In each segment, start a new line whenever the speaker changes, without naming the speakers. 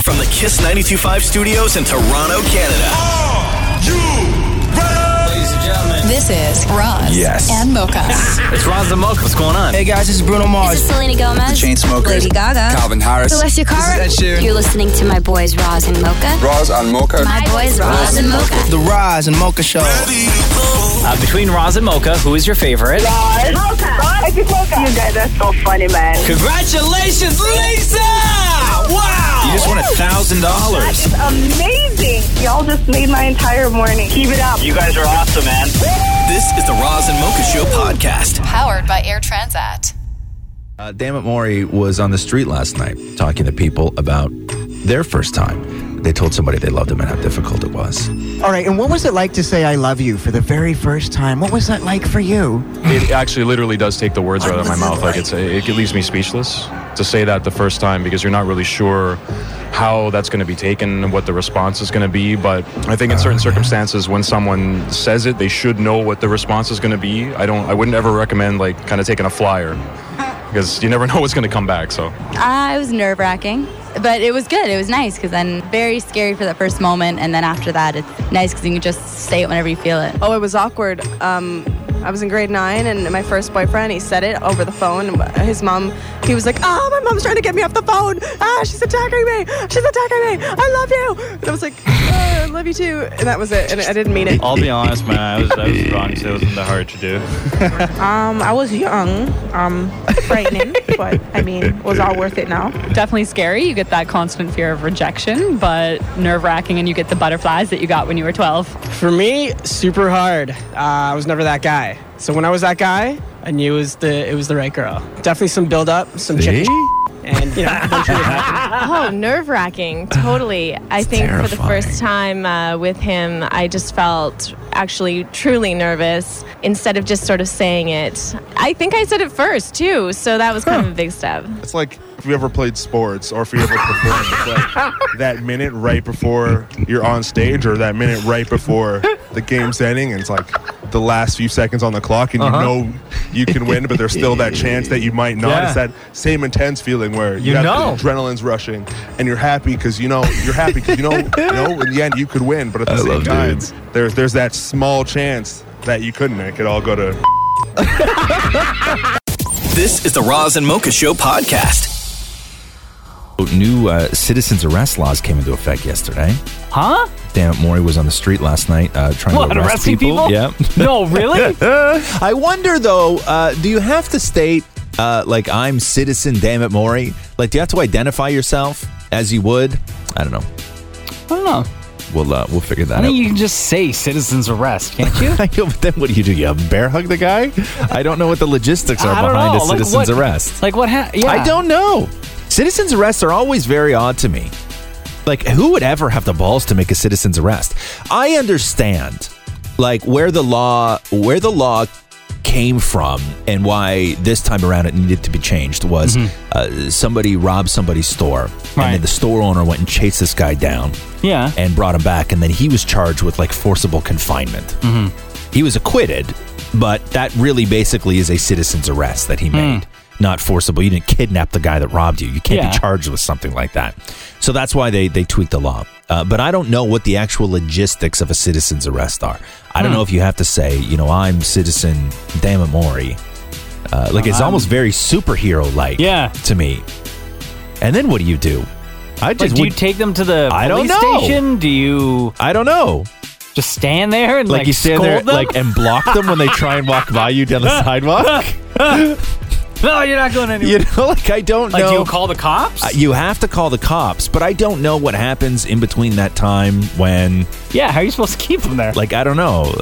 From the Kiss 925 studios in Toronto, Canada.
Ladies and gentlemen,
This is Roz
Yes.
and Mocha.
it's Roz the Mocha. What's going on?
Hey guys, this is Bruno
This
Mars.
is Selena Gomez.
Chainsmokers.
Lady Gaga.
Calvin Harris.
Celestia Carr.
This is Ed Sheeran.
You're listening to my boys Roz and Mocha.
Roz on Mocha.
My boys Roz and Mocha.
The Rise and Mocha Show.
Uh, between Roz and Mocha, who is your favorite?
You guys are so funny, man.
Congratulations, Lisa! Wow! You just won a thousand dollars.
It's amazing. Y'all just made my entire morning. Keep it up.
You guys are awesome, man. This is the Roz and Mocha Show podcast.
Powered by Air Transat.
Uh, Damn it, Maury was on the street last night talking to people about their first time. They told somebody they loved them and how difficult it was.
All right, and what was it like to say I love you for the very first time? What was that like for you?
It actually literally does take the words right out of my mouth. Like it's it leaves me speechless to say that the first time because you're not really sure how that's going to be taken and what the response is going to be. But I think in certain circumstances, when someone says it, they should know what the response is going to be. I don't. I wouldn't ever recommend like kind of taking a flyer because you never know what's going to come back. So
Uh, it was nerve wracking, but it was good. It was nice because then very scary for that first moment, and then after that, it's nice because you can just say it whenever you feel it.
Oh, it was awkward. Um, I was in grade nine, and my first boyfriend, he said it over the phone. His mom, he was like, "Ah, my mom's trying to get me off the phone. Ah, she's attacking me. She's attacking me. I love you." And I was like, "Ah, "I love you too," and that was it. And I didn't mean it.
I'll be honest, man. I was, I was wrong, so it wasn't that hard to do.
Um, I was young, um, frightening, but I mean, it was all worth it now.
Definitely scary. You get that constant fear of rejection, but nerve wracking, and you get the butterflies that you got when you were 12.
For me, super hard. Uh, I was never that guy. So when I was that guy, I knew it was the it was the right girl. Definitely some build up, some chicken and you know.
Oh, nerve wracking. Totally. I think for the
terrifying.
first time uh, with him, I just felt actually truly nervous instead of just sort of saying it. I think I said it first, too, so that was kind of a big step.
it's like if you ever played sports or if you ever performed, it's like that minute right before you're on stage or that minute right before the game's ending, and it's like the last few seconds on the clock, and
Uh-huh.
you know you can win, but there's still that chance that you might not.
Yeah.
It's that same intense feeling where
You
have
know.
the adrenaline's rushing, and you're happy because you know you're happy because you know you know in the end you could win, but at the
I
same
love
time
dudes.
there's there's that small chance that you couldn't. It could all go to
This is the Roz and Mocha Show podcast.
New uh, citizens arrest laws came into effect yesterday.
Huh?
Damn it, Maury was on the street last night uh, trying
What,
to arrest
arresting people?
Yeah.
No, really?
I wonder though, uh, do you have to state uh, like I'm citizen damn it Maury? Like do you have to identify yourself as you would? I don't know.
I don't know.
We'll uh, we'll figure that
I
out.
think you can just say citizens arrest, can't you?
I know, but then what do you do? You bear hug the guy? I don't know what the logistics are
I don't
behind
know.
a
Like,
citizen's
what-
arrest.
Like what happened? Yeah.
I don't know. Citizen's arrests are always very odd to me. Like, who would ever have the balls to make a citizen's arrest? I understand, like where the law where the law came from and why this time around it needed to be changed was uh, somebody robbed somebody's store and
Mm-hmm. Right.
then the store owner went and chased this guy down
Yeah.
and brought him back, and then he was charged with like forcible confinement.
Mm.
Hmm.
He was acquitted, but that really basically is a citizen's arrest that he
Hmm.
made, not forcible. You didn't kidnap the guy that robbed you. You can't
Yeah.
be charged with something like that. So that's why they they tweaked the law. Uh, but I don't know what the actual logistics of a citizen's arrest are. I
Hmm.
don't know if you have to say, you know, I'm citizen Damamori. Uh, like it's almost very superhero like
Uh-huh. Yeah.
to me. And then what do you do? I
Like,
just
do you
would-
take them to the
I don't
police
know.
station? Do you
I don't know.
just stand there and
like,
like,
you stand
scold
there
them?
like and block them when they try and walk by you down the sidewalk
no, you're not going anywhere.
you know like i don't
like
know
do you call the cops?
Uh, you have to call the cops but i don't know what happens in between that time when
yeah. How are you supposed to keep them there?
like i don't know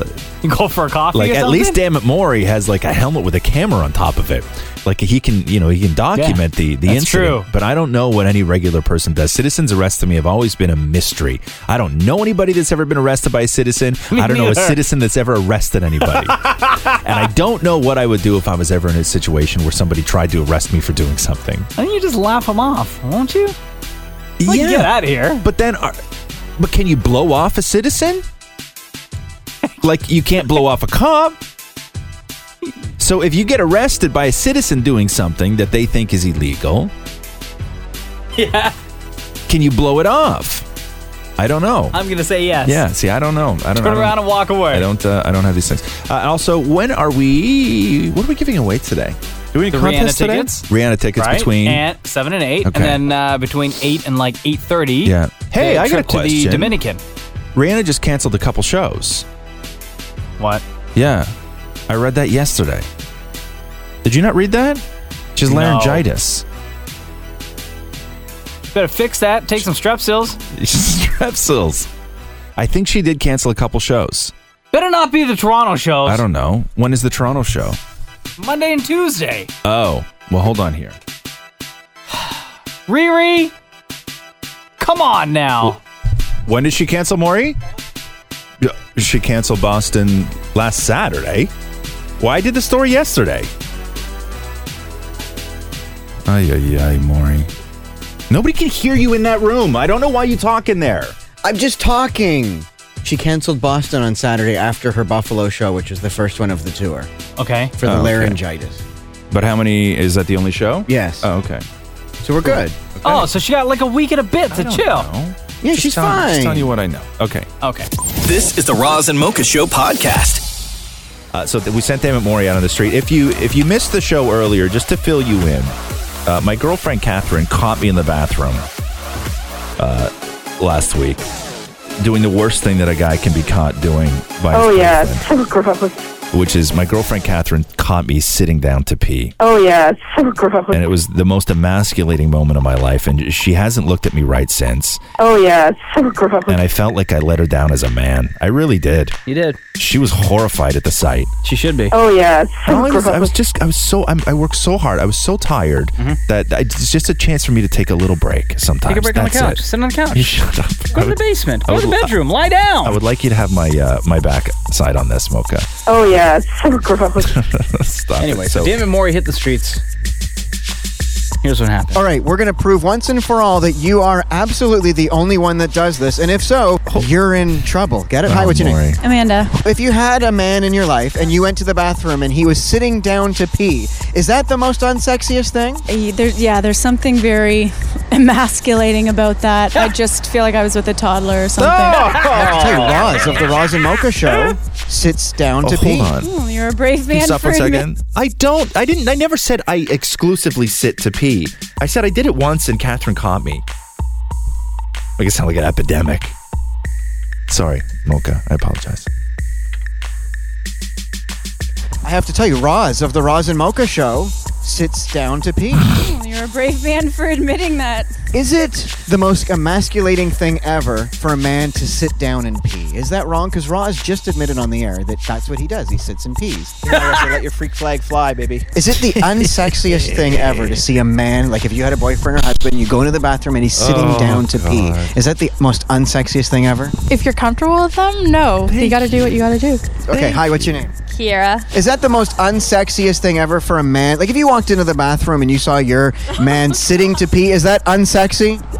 You go for a coffee.
like
or
at
something?
least dammit maury has like a helmet with a camera on top of it like he can you know he can document the the
that's
incident
true.
but i don't know what any regular person does citizens arrest to me have always been a mystery i don't know anybody that's ever been arrested by a citizen
Me
i don't know a
neither.
citizen that's ever arrested anybody and i don't know what i would do if i was ever in a situation where somebody tried to arrest me for doing something
Why don't you just laugh them off, won't you? Like,
yeah
Get out of here.
but then are, but can you blow off a citizen like you can't blow off a cop so if you get arrested by a citizen doing something that they think is illegal
Yeah.
Can you blow it off? I don't know.
I'm gonna say Uh, yes.
Yeah. See, I don't know. I don't.
Turn
I don't-
around and walk away.
I don't. Uh, I don't have these things. Uh, also, when are we? What are we giving away today? Do we
The Rihanna tickets.
Rihanna tickets
Right?
between.
and seven and eight,
Okay.
and then uh, between eight and like eight thirty.
yeah. Hey, I got a
trip to
question.
the Dominican.
Rihanna just canceled a couple shows.
What?
Yeah, I read that yesterday. Did you not read that? She's
No.
laryngitis.
Better fix that. Take some Strepsils.
Strepsils. I think she did cancel a couple shows.
Better not be the Toronto shows.
I don't know. When is the Toronto show?
Monday and Tuesday.
Oh, well, hold on here.
Riri, come on now.
When did she cancel Maury? Yeah, She canceled Boston last Saturday. Why did the story yesterday? Ay, ay, ay, Maury. Nobody can hear you in that room. I don't know why you talk in there.
I'm just talking. She canceled Boston on Saturday after her Buffalo show, which is the first one of the tour.
Okay.
Oh,
For the laryngitis.
But how many? Is that the only show?
Yes.
Oh, okay.
So we're good.
Oh, so she got like a week and a bit to chill.
Yeah,
she's
I'm just telling you what I know. Okay.
Okay.
This is the Roz and Mocha Show podcast.
Uh, so th- we sent Dammit Maury out on the street. If you if you missed the show earlier, just to fill you in, uh, my girlfriend Catherine caught me in the bathroom uh, last week doing the worst thing that a guy can be caught doing by his
Oh yeah, it's so gross.
which is my girlfriend Catherine caught me sitting down to pee.
Oh yeah, it's so gross.
And it was the most emasculating moment of my life. And she hasn't looked at me right since.
Oh yeah, it's so gross.
And I felt like I let her down as a man. I really did.
You did.
She was horrified at the sight.
She should be.
Oh yeah, it's
Not
so
only was-
gross.
I was just, I was so, I'm, I worked so hard. I was so tired that I, it's just a chance for me to take a little break sometimes.
Mm-hmm. Take a break on the
That's
couch.
it.
Sit on the
You
couch.
shut up. I
Go to the
would-
basement.
I
Go to the
would-
bedroom. Lie down.
I would like you to have my uh, my back side on this, Mocha.
Oh yeah, it's so gross.
Stop
anyway,
it.
so Dammit Maury hit the streets. Here's what happened.
All right, we're going to prove once and for all that you are absolutely the only one that does this. And if so, you're in trouble. Get it? Hi, what's your name?
Amanda.
If you had a man in your life and you went to the bathroom and he was sitting down to pee, is that the most unsexiest thing?
Uh, Y- There's, yeah, there's something very emasculating about that. I just feel like I was with a toddler
Oh!
or something.
That's Tay Roz of the Roz and Mocha Show sits down
Oh,
to pee.
hold on.
Oh, you're a brave
Can you
man
stop
for
one
admit-
second? I don't. I didn't. I never said I exclusively sit to pee. I said I did it once, and Catherine caught me. Make it sound like an epidemic. Sorry, Mocha. I apologize.
I have to tell you, Roz of the Roz and Mocha Show sits down to pee.
Oh, You're a brave man for admitting that.
Is it the most emasculating thing ever for a man to sit down and pee? Is that wrong? Because Roz just admitted on the air that that's what he does. He sits and pees.
Let your freak flag fly, baby.
Is it the unsexiest thing ever to see a man, like if you had a boyfriend or husband, you go into the bathroom and he's sitting
Oh,
down to
God.
pee? Is that the most unsexiest thing ever?
If you're comfortable with them, no. you got to do what you got to do.
Okay, hi, what's your name?
Kiera.
Is that the most unsexiest thing ever for a man? Like if you walked into the bathroom and you saw your man sitting to pee, is that unsexy?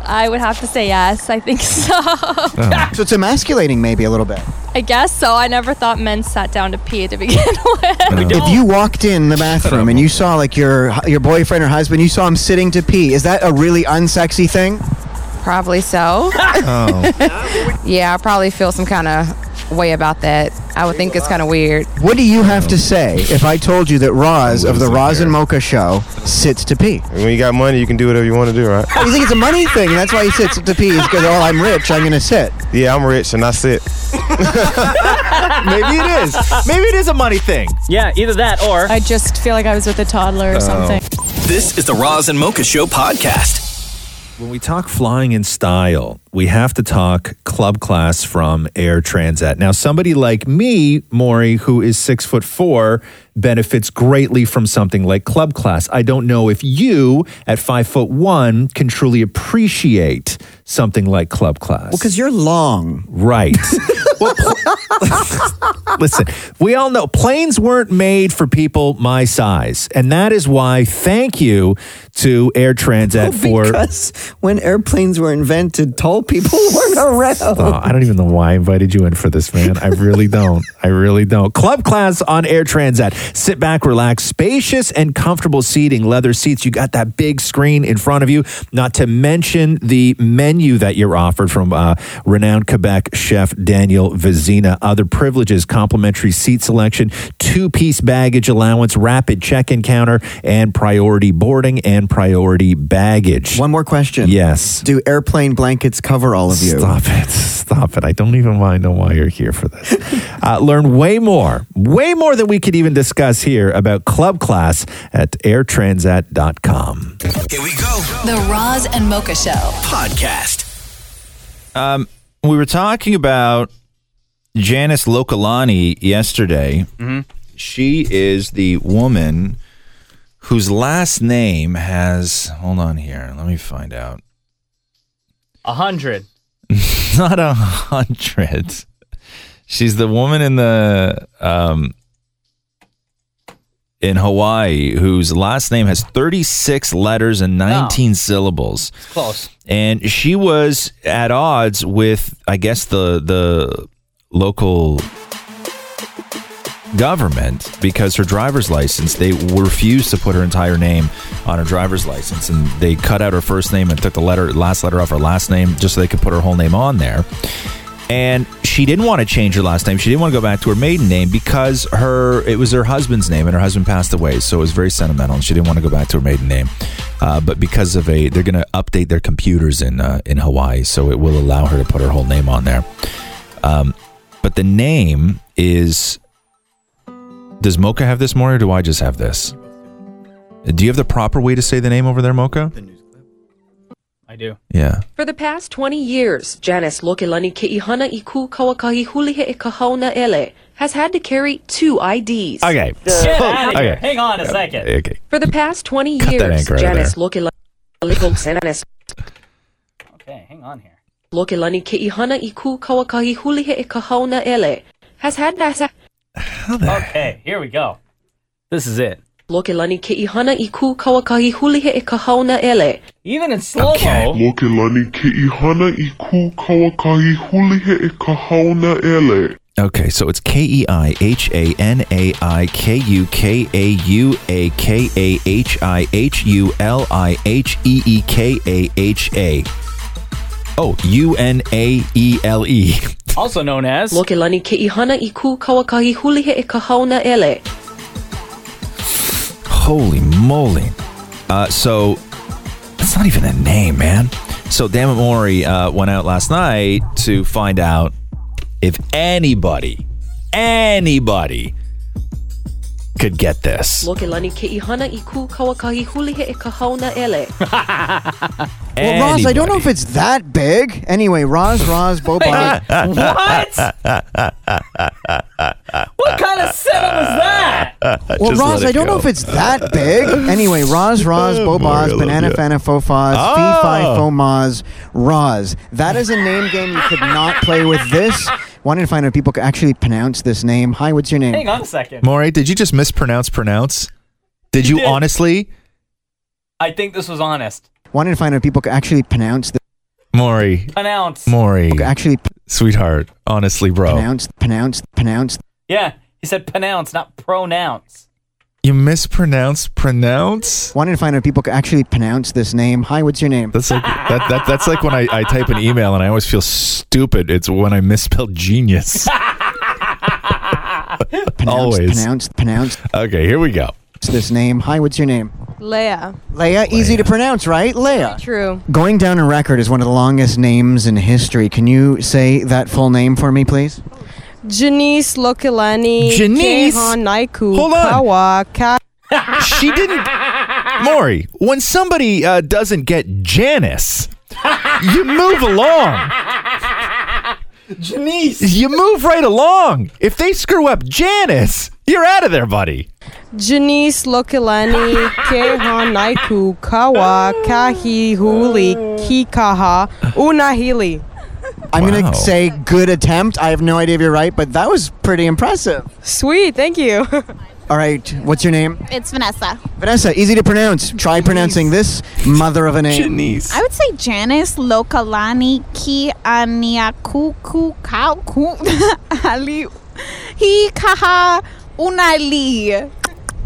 I would have to say yes. I think so.
Oh.
So it's emasculating maybe a little bit.
I guess so. I never thought men sat down to pee to begin with.
If you walked in the bathroom and you saw like your your boyfriend or husband, you saw him sitting to pee, is that a really unsexy thing?
Probably so.
Oh.
yeah, I probably feel some kind of way about that. I would think it's kind of weird.
What do you have to say if I told you that Roz of the Roz and Mocha show sits to pee?
When you got money, you can do whatever you want to do, right?
Oh, you think it's a money thing? That's why he sits to pee. Is because oh, I'm rich, I'm gonna sit.
Yeah, I'm rich and I sit.
Maybe it is. Maybe it is a money thing.
Yeah, either that or.
I just feel like I was with a toddler or
Oh.
something.
This is the Roz and Mocha Show podcast.
When we talk flying in style, we have to talk club class from Air Transat. Now, somebody like me, Maury, who is six foot four, benefits greatly from something like club class. I don't know if you, at five foot one, can truly appreciate something like club class.
Because you're long.
Right.
Listen, we all know planes weren't made for people my size. And that is why thank you to Air Transat for.
Because when airplanes were invented, tall people weren't around.
Oh, I don't even know why I invited you in for this, man. I really don't. I really don't. Club class on Air Transat. Sit back, relax, spacious and comfortable seating, leather seats. You got that big screen in front of you. Not to mention the menu that you're offered from uh, renowned Quebec chef Daniel Vizina. Other privileges, complimentary seat selection, two-piece baggage allowance, rapid check-in counter, and priority boarding and priority baggage.
One more question.
Yes.
Do airplane blankets cover all of you?
Stop it. Stop it. I don't even want to know why you're here for this. uh, learn way more, way more than we could even discuss here about club class at airtransat.com.
The Roz and Mocha Show podcast.
Um, we were talking about Janice Lokalani yesterday. She is the woman whose last name has. Hold on here. Let me find out.
A hundred.
Not a hundred. She's the woman in the um in Hawaii whose last name has 36 letters and 19 syllables.
Close.
and she was at odds with i guess the the local government because her driver's license they refused to put her entire name on her driver's license and they cut out her first name and took the letter last letter off her last name just so they could put her whole name on there and she didn't want to change her last name she didn't want to go back to her maiden name because her it was her husband's name and her husband passed away so it was very sentimental and she didn't want to go back to her maiden name uh, but because of a they're going to update their computers in uh, in hawaii so it will allow her to put her whole name on there um, but the name is does Mocha have this more, or do I just have this? Do you have the proper way to say the name over there, Mocha?
I do.
Yeah.
For the past 20 years, Janice Lokelani Ke'ihana Iku Kawakahi Hulihe Ikahauna Ele has had to carry two IDs.
Okay.
Get out of here. Hang on a second.
Okay.
For the past 20
Cut that
years,
anchor out of
Janice Lokelani Janice
Okay, hang on here.
Lokelani Ke'ihana Iku Kawakahi Hulihe Ikahauna Ele has had to
Okay, here we go. This is it.
Lokelani Ke'ihana Iku Kawakahi Hulihe Ikahauna Ele.
Even in slow
Mokelani ke ihana i ku kawakahi hulihe e kahana ele.
Okay, so it's K E I H A N A I K U K A U A K A H I H U L I H E E K A H A. Oh, U N A E L E.
Also known as
Lokelani Ke'ihana Iku Kawakahi Hulihe Ikahauna Ele.
Holy moly. Uh, so, that's not even a name, man. So, Dammit Mori uh, went out last night to find out if anybody, anybody could get this.
Lokelani Ke'ihana Iku Kawakahi Hulihe Ikahauna Ele.
Well, Roz, I don't know if it's that big. Anyway, Roz, Roz, Bo Bobby.
What kind of setup was that?
Well, Roz, I don't know if it's that big. Anyway, Roz,
Oh,
Roz, Bobaz, Banana Fana, Fofaz,
Oh.
Ah!
Fee Fi Fomaz, Roz. That is a name game you could not play with this. Wanted to find out if people could actually pronounce this name. Hi, what's your name?
Hang on a second.
Maury, did you just mispronounce pronounce? Did you honestly?
I think this was honest.
Wanted to find out if people could actually pronounce this.
Maury.
Pronounce.
Maury.
Actually,
sweetheart, honestly, bro.
Pronounce, pronounce, pronounce.
Yeah, he said pronounce, not pronounce.
You mispronounce pronounce?
Wanted to find out if people could actually pronounce this name. Hi, what's your name?
That's like that, that that's like when I, I type an email and I always feel stupid. It's when I misspelled genius. always.
Pronounce, pronounce.
Okay, here we go.
This name. Hi, what's your name?
Leia.
Leia, easy to pronounce, right? Leia.
True.
Going down in record is one of the longest names in history. Can you say that full name for me, please?
Janice Lokelani.
Janice?
Kehan Naiku.
Hold on.
Kawa Ka-
she didn't. Maury, when somebody uh, doesn't get Janice, you move along.
Janice.
You move right along. If they screw up Janice, you're out of there, buddy.
Janice Lokelani. Kehan Naiku. Kawa Kahi Huli. Kikaha. Unahili.
I'm
Wow.
gonna say good attempt. I have no idea if you're right, but that was pretty impressive.
Sweet, thank you.
All right, what's your name?
It's Vanessa.
Vanessa, easy to pronounce. Try pronouncing this mother of a name.
I would say Janice Lokalani Kianiakuku Kauku Ali Hikaha Unali.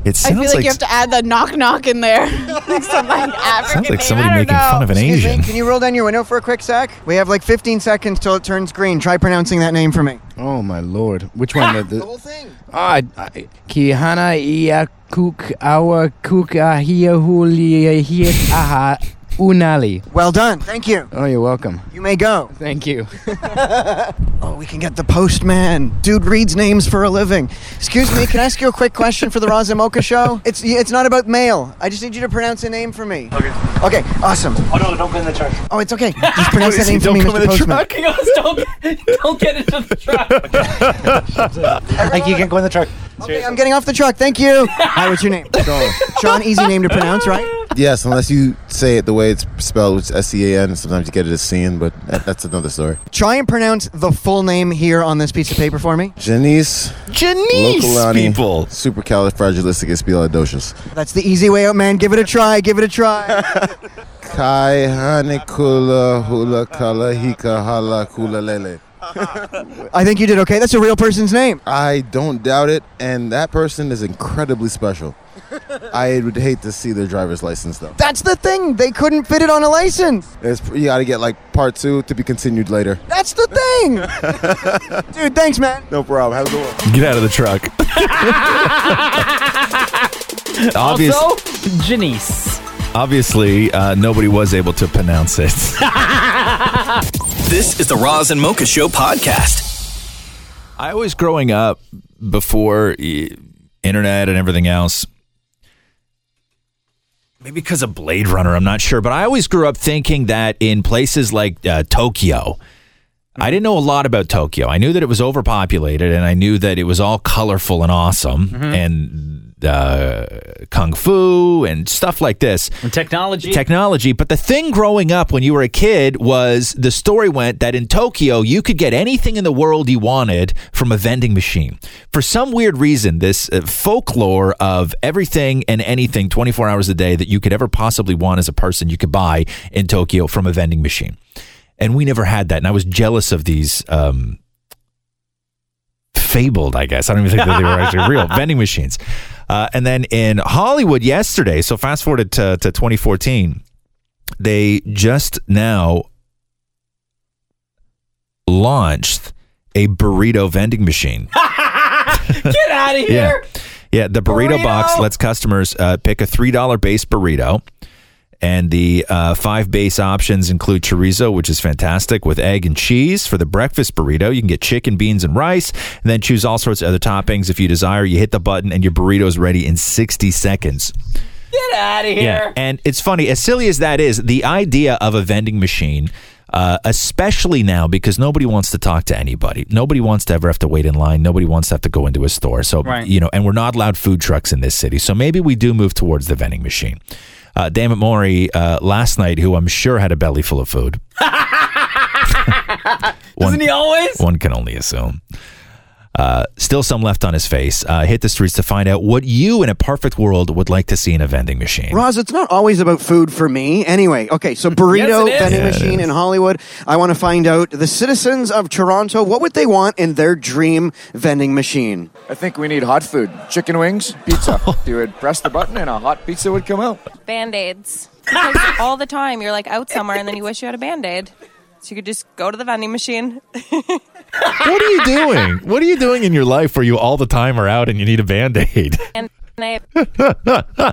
It
I feel
sounds
like,
like
you have to add the knock knock in there. Like Some like African
sounds like
name.
somebody
I don't
making
know.
fun of an
Excuse me,
Asian.
can you roll down your window for a quick sec? We have like 15 seconds till it turns green. Try pronouncing that name for me.
Oh my lord! Which one? the, the,
whole thing.
Ah, I- Kihana iakuk awa uh, kukahiahuliahit uh, aha unali.
Well done. Thank you.
Oh, you're welcome.
You may go.
Thank you.
oh, we can get the postman. Dude reads names for a living. Excuse me, can I ask you a quick question for the Razamoka show? It's it's not about mail. I just need you to pronounce a name for me. Okay. Okay, awesome. Oh no, don't go in the truck. Oh, it's okay. Just pronounce that name for me, Mr. Postman.
don't, don't get into the truck.
Like you can go in the truck. Okay, I'm getting off the truck. Thank you. Hi, what's your name? Sean. Sean, easy name to pronounce, right?
Yes, unless you say it the way it's spelled, which is S-E-A-N. Sometimes you get it as seen, but that, that's another story.
Try and pronounce the full name here on this piece of paper for me.
Janice.
Janice,
Lokalani,
people.
Supercalifragilisticexpialidocious.
That's the easy way out, man. Give it a try. Give it a try.
Kai hanikula hula kala hika hala kula lele.
I think you did okay. That's a real person's name.
I don't doubt it, and that person is incredibly special. I would hate to see their driver's license though.
That's the thing. They couldn't fit it on a license.
It's, you gotta get like part two to be continued later.
That's the thing. Dude, thanks, man.
No problem. Have a good one.
Get out of the truck. Obvious-
Also, Janice.
Obviously, uh, nobody was able to pronounce it.
This is the Roz and Mocha Show podcast.
I was growing up before eh, internet and everything else. Maybe because of Blade Runner, I'm not sure, but I always grew up thinking that in places like uh, Tokyo, I didn't know a lot about Tokyo. I knew that it was overpopulated, and I knew that it was all colorful and awesome, and uh, kung fu and stuff like this, and
technology,
technology. But the thing growing up when you were a kid was the story went that in Tokyo you could get anything in the world you wanted from a vending machine. For some weird reason, this uh, folklore of everything and anything, 24 hours a day that you could ever possibly want as a person, you could buy in Tokyo from a vending machine and we never had that. And I was jealous of these um, fabled, I guess. I don't even think that they were actually real vending machines. Uh, and then in Hollywood yesterday, so fast forward to, to 2014, they just now launched a burrito vending machine.
Get out of
Yeah.
here.
Yeah, the burrito,
Burrito!
box lets customers uh, pick a three dollar base burrito, and the uh, five base options include chorizo, which is fantastic, with egg and cheese for the breakfast burrito. You can get chicken, beans, and rice, and then choose all sorts of other toppings if you desire. You hit the button, and your burrito is ready in sixty seconds.
Get out of here.
Yeah, and it's funny, as silly as that is, the idea of a vending machine. Uh, especially now because nobody wants to talk to anybody. Nobody wants to ever have to wait in line. Nobody wants to have to go into a store. So,
Right.
you know, and we're not allowed food trucks in this city. So maybe we do move towards the vending machine. Uh, Dammit Maury uh, last night, who I'm sure had a belly full of food.
Doesn't he always?
One can only assume. Uh, still some left on his face. Uh, hit the streets to find out what you in a perfect world would like to see in a vending machine.
Roz, it's not always about food for me. Anyway, okay, so burrito
Yes, it is.
vending
Yeah, it
machine in Hollywood. I want to find out the citizens of Toronto, what would they want in their dream vending machine?
I think we need hot food. Chicken wings, pizza. you would press the button and a hot pizza would come out.
Band aids. all the time, you're like out somewhere and then you wish you had a band aid. So you could just go to the vending machine.
what are you doing? What are you doing in your life where you all the time are out and you need a band aid?
And I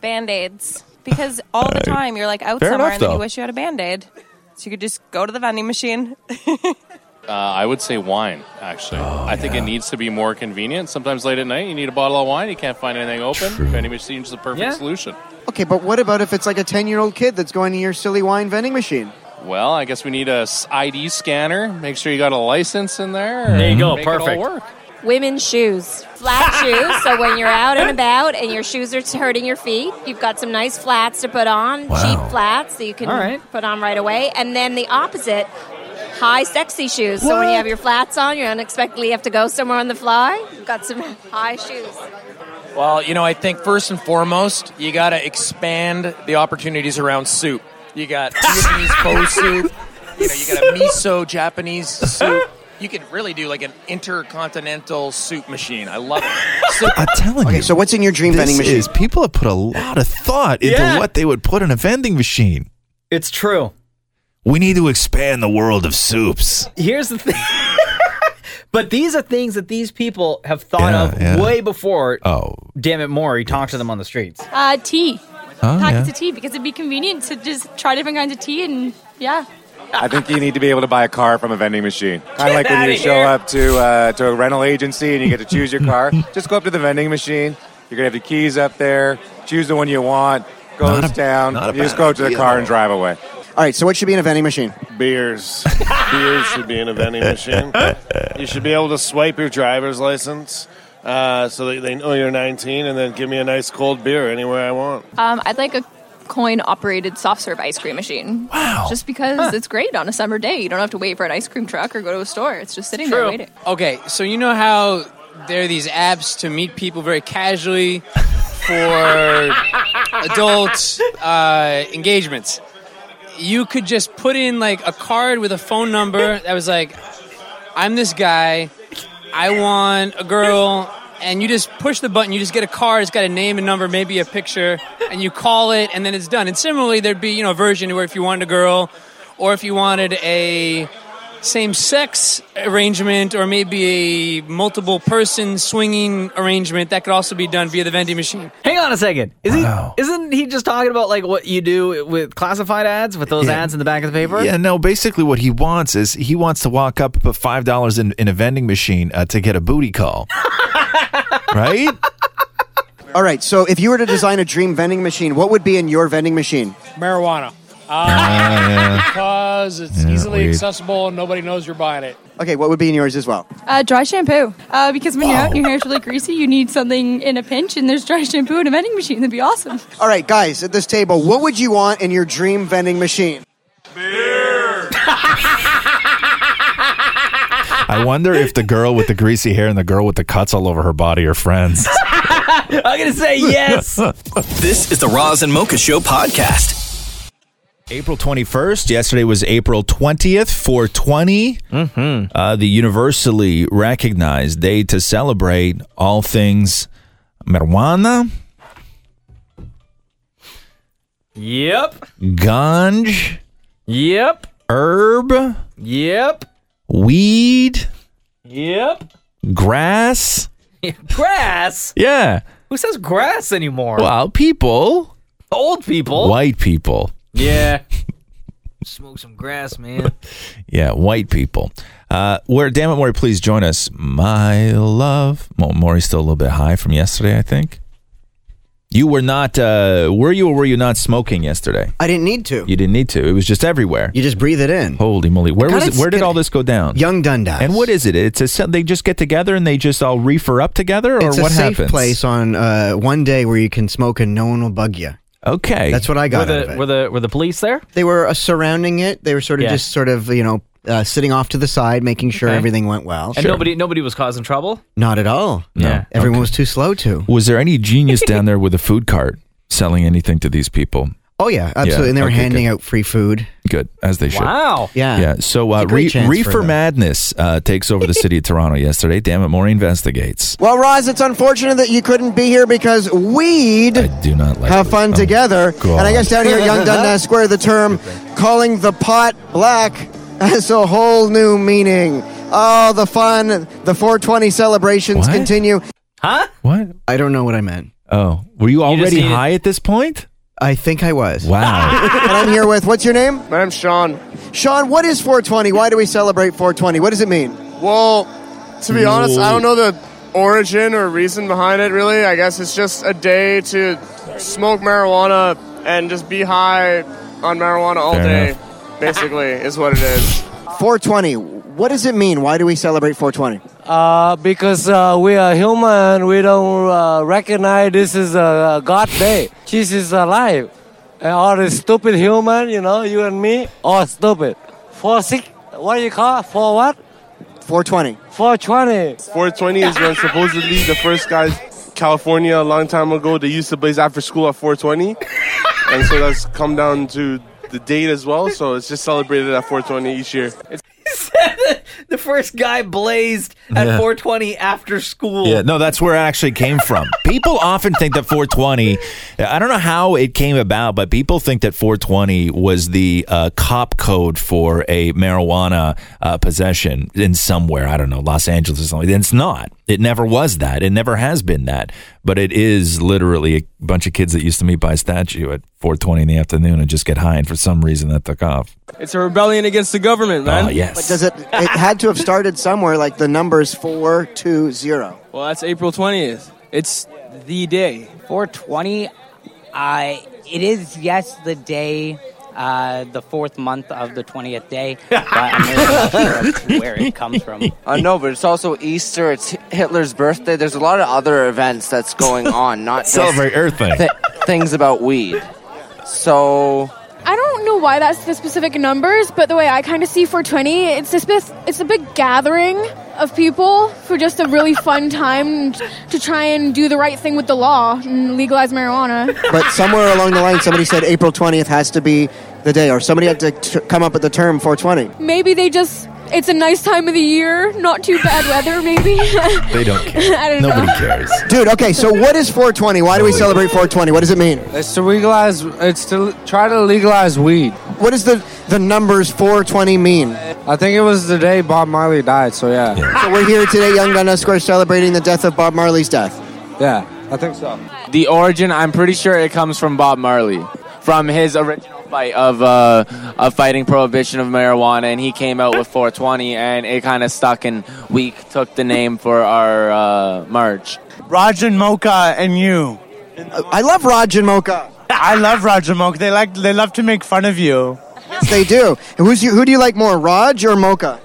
band aids. Because all the time, you're like out
Fair
somewhere
enough,
and then you
though.
wish you had a band aid. So you could just go to the vending machine.
Uh, I would say wine, actually.
Oh,
I think it needs to be more convenient. Sometimes late at night, you need a bottle of wine, you can't find anything open. Vending machine is the perfect solution.
Okay, but what about if it's like a 10 year old kid that's going to your silly wine vending machine?
Well, I guess we need a s- ID scanner. Make sure you got a license in there. There you and go, make It perfect. all work.
Women's shoes. Flat shoes. So when you're out and about and your shoes are hurting your feet, you've got some nice flats to put on,
Wow.
cheap flats that you can
All right.
put on right away. And then the opposite, high, sexy shoes. So when you have your flats on, you unexpectedly have to go somewhere on the fly. You've got some high shoes.
Well, you know, I think first and foremost, you got to expand the opportunities around soup. You got Vietnamese pho soup. You know, you got a miso Japanese soup. You can really do like an intercontinental soup machine. I love it. So,
I'm telling you.
so what's in your dream
this
vending machine?
Is people have put a lot of thought into
Yeah.
what they would put in a vending machine.
It's true.
We need to expand the world of soups.
Here's the thing. but these are things that these people have thought of
yeah.
way before. Oh, damn it, Maury talked to them on the streets.
Uh, tea.
Oh,
Packets
yeah.
of tea because it'd be convenient to just try different kinds of tea and yeah.
I think you need to be able to buy a car from a vending machine. Kind
Get
of like when
outta
you show
here.
up to uh, to a rental agency and you get to choose your car. Just go up to the vending machine. You're gonna have the keys up there. Choose the one you want. Goes down.
not a
You just
bad
go up to the
idea,
car
though.
and drive away.
All right, so what should be in a vending machine?
Beers. Beers should be in a vending machine. You should be able to swipe your driver's license uh, so that they know you're 19 and then give me a nice cold beer anywhere I want.
Um, I'd like a coin operated soft serve ice cream machine. Wow. Just because it's great on a summer day. You don't have to wait for an ice cream truck or go to a store. It's just sitting there waiting.
Okay, so you know how there are these apps to meet people very casually for adult uh, engagements. You could just put in like a card with a phone number that was like, "I'm this guy, I want a girl." And you just push the button. You just get a card. It's got a name, and number, maybe a picture, and you call it, and then it's done. And similarly, there'd be you know a version where if you wanted a girl, or if you wanted a same sex arrangement or maybe a multiple person swinging arrangement that could also be done via the vending machine.
Hang on a second. Is he? Isn't he just talking about like what you do with classified ads with those ads in the back of the paper?
Yeah, no, basically what he wants is he wants to walk up, put $5 in, in a vending machine uh, to get a booty call. right?
All right, so if you were to design a dream vending machine, what would be in your vending machine?
Marijuana. Uh,
Ah, yeah.
Because it's
Yeah,
easily
weed.
accessible and nobody knows you're buying it.
Okay, what would be in yours as well?
Uh, dry shampoo. Uh, because when you're out and your hair's really greasy, you need something in a pinch, and there's dry shampoo in a vending machine. That'd be awesome.
All right, guys, at this table, what would you want in your dream vending machine?
I wonder if the girl with the greasy hair and the girl with the cuts all over her body are friends.
I'm
gonna say yes.
this is the Roz and Mocha Show podcast.
April 21st. Yesterday was April 20th, 420.
Hmm.
Mm-hmm. Uh, the universally recognized day to celebrate all things marijuana,
Yep.
ganj.
Yep.
Herb.
Yep.
Weed.
Yep.
Grass.
grass.
Yeah.
Who says grass anymore?
Well, people.
Old people.
White people.
Yeah. Smoke some grass, man.
Yeah, white people. Uh, where, damn it, Maury, please join us. My love. Well, Maury's still a little bit high from yesterday, I think. You were not, uh, were you or were you not smoking yesterday?
I didn't need to.
You didn't need to. It was just everywhere. You
just breathe it in.
Holy moly! Where
God,
was it?
it's
Where did
gonna-
all this go down?
Young Dundas.
And what is it? It's a se- they just get together and they just all reefer up together, or
it's
what
a safe
happens?
place on uh, one day where you can smoke and no one will bug you.
Okay,
that's what I got.
Were
out
the,
of it.
Were the were the police there?
They were uh, surrounding it. They were sort of
Yeah.
just sort of you know uh, sitting off to the side, making sure
Okay.
everything went well.
And nobody nobody was causing trouble.
Not at all.
No.
Everyone was too slow to.
Was there any genius down there with a food cart selling anything to these people?
Oh yeah, absolutely. and they were
okay,
handing
good.
out free food.
Good as they should.
Wow. Yeah.
Yeah. So uh,
It's a great
re-
chance for
reefer
them.
madness uh, takes over the city of Toronto yesterday. Damn it, Maury investigates.
Well, Roz, it's unfortunate that you couldn't be here because we'd
do not like Oh,
have fun together.
God.
And I guess down here at Young Dundas Square, the term calling the pot black has a whole new meaning. Oh, the fun, the 420 celebrations
What?
continue.
Huh?
What?
I don't know what I meant.
Oh, were you already
needed-
high at this point?
I think I was.
Wow.
and I'm here with, what's your name? My name's Sean. Sean, what is 420? Why do we celebrate 420? What does it mean?
Well, to be honest, I don't
Whoa.
know the origin or reason behind it really. I guess it's just a day to smoke marijuana and just be high on marijuana all
Fair
day, basically, is what it is.
420. What does it mean? Why do we celebrate 420?
Uh, because uh, we are human, we don't uh, recognize this is a God day. Jesus is alive. And all the stupid human, you know, you and me, all stupid. Four, six, what do you call it? For what?
420.
420.
420 is when supposedly the first guys, California, a long time ago, they used to blaze after school at 420. And so that's come down to the date as well. So it's just celebrated at 420 each year. It's
the first guy blazed at
Yeah.
420 after school.
Yeah, no, that's where it actually came from. people often think that 420, I don't know how it came about, but people think that 420 was the uh, cop code for a marijuana uh, possession in somewhere, I don't know, Los Angeles or something. It's not. It never was that. It never has been that. But it is literally a bunch of kids that used to meet by statue at 420 in the afternoon and just get high, and for some reason that took off.
It's a rebellion against the government, man.
Oh, yes.
But does it? It had to have started somewhere. Like the numbers four two zero.
Well, that's April 20th. It's the day.
420. Uh, it is yes the day, uh, the fourth month of the twentieth day. But I'm really not sure where it comes from.
I know, but it's also Easter. It's Hitler's birthday. There's a lot of other events that's going on, not just
Celebrate Earth Day.
thi- things about weed. So
I don't know why that's the specific numbers, but the way I kind of see 420, it's this big, it's a big gathering of people for just a really fun time to try and do the right thing with the law and legalize marijuana.
But somewhere along the line, somebody said April 20th has to be the day, or somebody had to t- come up with the term 420.
Maybe they just, it's a nice time of the year, not too bad weather, maybe.
They don't
I don't know.
cares.
Dude, okay, so what is 420? Why do we celebrate 420? What does it mean?
It's to legalize. It's to try to legalize weed.
What does the the numbers 420 mean?
I think it was the day Bob Marley died. So yeah.
So we're here today, Young Gun Square, celebrating the death of Bob Marley's death.
Yeah, I think so.
The origin, I'm pretty sure it comes from Bob Marley, from his original fight of uh, of fighting prohibition of marijuana, and he came out with 420, and it kind of stuck, and we took the name for our uh, march.
Raj and Mocha and you.
I love Raj and Mocha.
I love Raj and Mocha. They like they love to make fun of you.
Yes, they do. And Who's you, who do you like more, Raj or Mocha?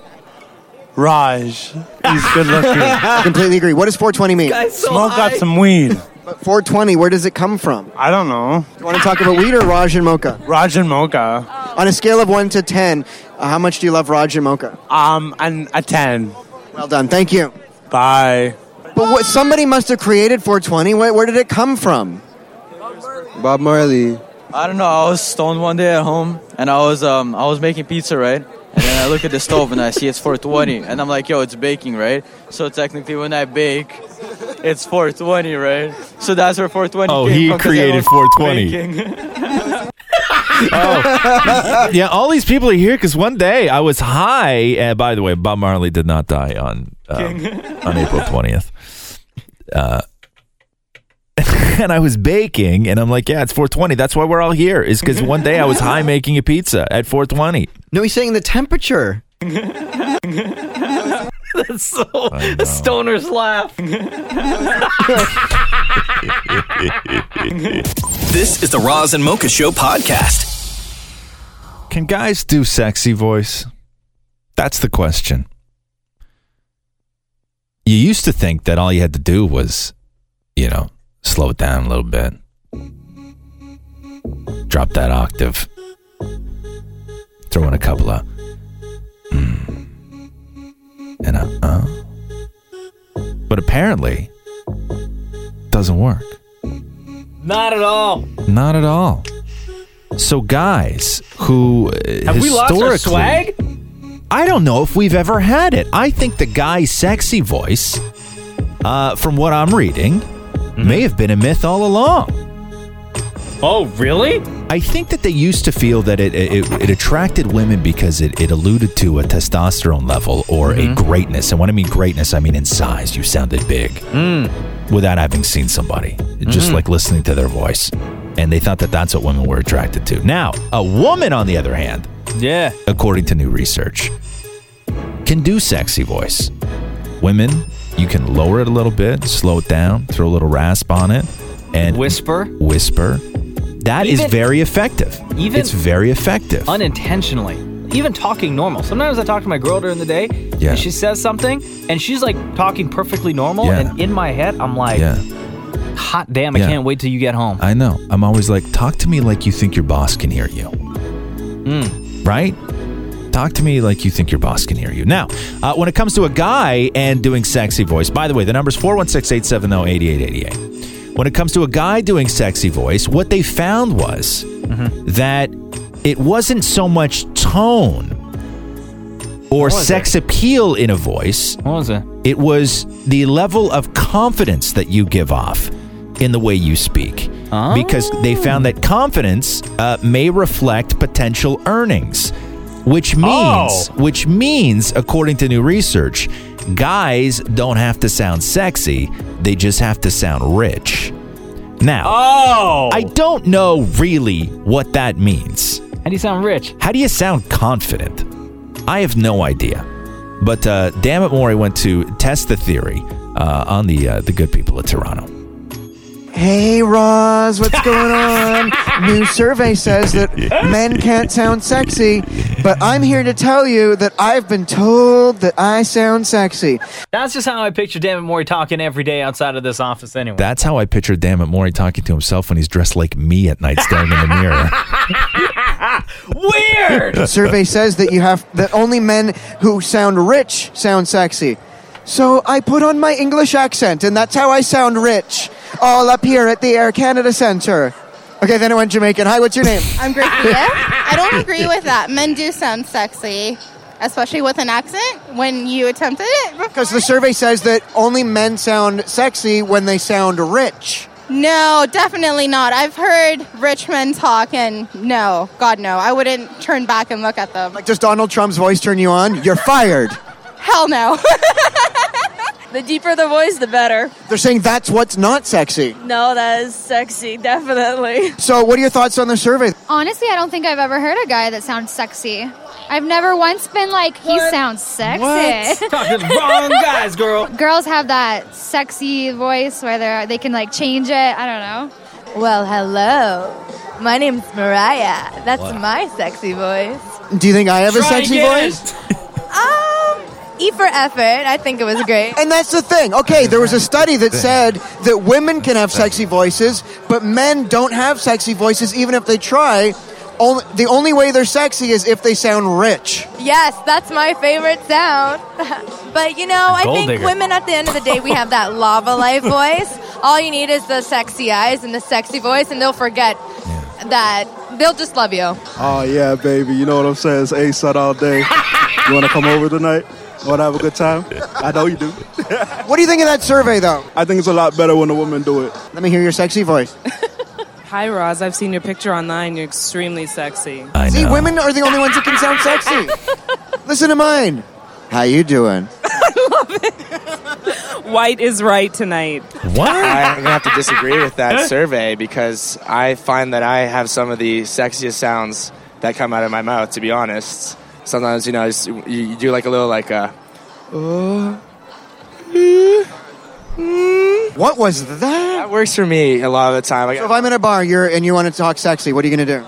Raj, he's good looking.
Completely agree. What does 420 mean?
Smoke up some weed.
But 420, where does it come from?
I don't know.
You want to talk about weed or Raj and Mocha?
Raj and Mocha.
On a scale of 1 to 10, uh, how much do you love Raj and Mocha?
Um, and a ten.
Well done. Thank you.
Bye.
But what, somebody must have created 420. Where, where did it come from?
Bob Marley. I don't know. I was stoned one day at home, and I was um I was making pizza, right? And then I look at the stove and I see it's 420, and I'm like, yo, it's baking, right? So technically, when I bake, it's 420, right? So that's where 420.
Oh,
came
he
from 'cause I
created
was
420.
baking.
oh, yeah. All these people are here because one day I was high. And by the way, Bob Marley did not die on um,
King.
on April twentieth. Uh, and I was baking, and I'm like, yeah, it's 420. That's why we're all here. Is because one day I was high making a pizza at 420.
No, he's saying the temperature.
That's so a stoner's laugh.
This is the Roz and Mocha Show podcast.
Can guys do sexy voice? That's the question. You used to think that all you had to do was, you know, slow it down a little bit, drop that octave, throw in a couple of, mm, and a, uh. But apparently, doesn't work.
Not at all.
Not at all. So, guys who uh,
Have we lost our
historically-
swag?
I don't know if we've ever had it. I think the guy's sexy voice, uh, from what I'm reading,
Mm-hmm.
may have been a myth all along.
Oh, really?
I think that they used to feel that it it, it attracted women because it, it alluded to a testosterone level or
Mm-hmm.
a greatness. And when I mean greatness, I mean in size. You sounded big
Mm.
without having seen somebody, just
Mm-hmm.
Mhm.
like listening to their voice. And they thought that that's what women were attracted to. Now, a woman, on the other hand,
yeah,
according to new research, can do sexy voice. Women, you can lower it a little bit, slow it down, throw a little rasp on it, and
whisper.
Whisper. That is
Even-
very effective.
even-
it's very effective.
unintentionally. Even talking normal. Sometimes I talk to my girl during the day,
Yeah.
and she says something, and she's like talking perfectly normal,
Yeah.
and in my head, I'm like,
Yeah.
"Hot damn! I
Yeah.
can't wait till you get home."
I know. I'm always like, talk to me like you think your boss can hear you,
Mm.
right? Talk to me like you think your boss can hear you. Now, uh, when it comes to a guy and doing sexy voice, by the way, the number's 416 870 8888. When it comes to a guy doing sexy voice, what they found was that it wasn't so much tone or
What was
sex appeal in a voice. What was it? It was the level of confidence that you give off in the way you speak. Because they found that confidence uh, may reflect potential earnings, which means,
Oh.
which means, according to new research, guys don't have to sound sexy; they just have to sound rich. Now, oh, I don't know really what that means. How do you sound rich? How do you sound confident? I have no idea. But uh, damn it, Maury went to test the theory uh, on the uh, the good people of Toronto.
Hey, Roz, what's going on? New survey says that men can't sound sexy, but I'm here to tell you that I've been told that I sound sexy.
That's just how I picture Dammit Mori talking every day outside of this office anyway.
That's how I picture damn it, Maury talking to himself when he's dressed like me at night, staring in the mirror.
Weird. survey says that you have that only men who sound rich sound sexy. So I put on my English accent, and that's how I sound rich. All up here at the Air Canada Centre. Okay, then it went Jamaican. Hi, what's your name?
I'm Gracia. I don't agree with that. Men do sound sexy, especially with an accent when you attempted it.
Because the survey says that only men sound sexy when they sound rich.
No, definitely not. I've heard rich men talk, and no, God, no. I wouldn't turn back and look at them.
Like, does Donald Trump's voice turn you on? You're fired.
Hell no.
The deeper the voice, the better.
They're saying that's what's not sexy.
No, that is sexy, definitely.
So, what are your thoughts on the survey?
Honestly, I don't think I've ever heard a guy that sounds sexy. I've never once been like, he sounds sexy.
Talking to the wrong guys, girl.
Girls have that sexy voice where they they can like change it. I don't know. Well, hello. My name's Mariah.
Uh, That's
Wow.
my sexy voice.
Do you think I have a
Try
sexy
again.
voice?
E for effort. I think it was great.
And that's the thing. Okay, there was a study that said that women can have sexy voices, but men don't have sexy voices even if they try. Only, the only way they're sexy is if they sound rich.
Yes, that's my favorite sound. but you know, I
Gold
think
digger.
women at the end of the day, we have that lava light voice. All you need is the sexy eyes and the sexy voice, and they'll forget that they'll just love you.
Oh yeah, baby. You know what I'm saying? It's ace out all day. You want to come over tonight? Want to have a good time? I know you do.
What do you think of that survey, though?
I think it's a lot better when a woman do it.
Let me hear your sexy voice.
Hi, Roz. I've seen your picture online. You're extremely sexy.
See, women are the only ones that can sound sexy. Listen to mine. How you doing?
White is right tonight.
What?
I'm gonna have to disagree with that survey because I find that I have some of the sexiest sounds that come out of my mouth. To be honest, sometimes you know I just, you, you do like a little like uh,
Uh,
What was that? That
works for me a lot of the time. Like,
So if I'm in a bar, you're and you want to talk sexy, what are you gonna do?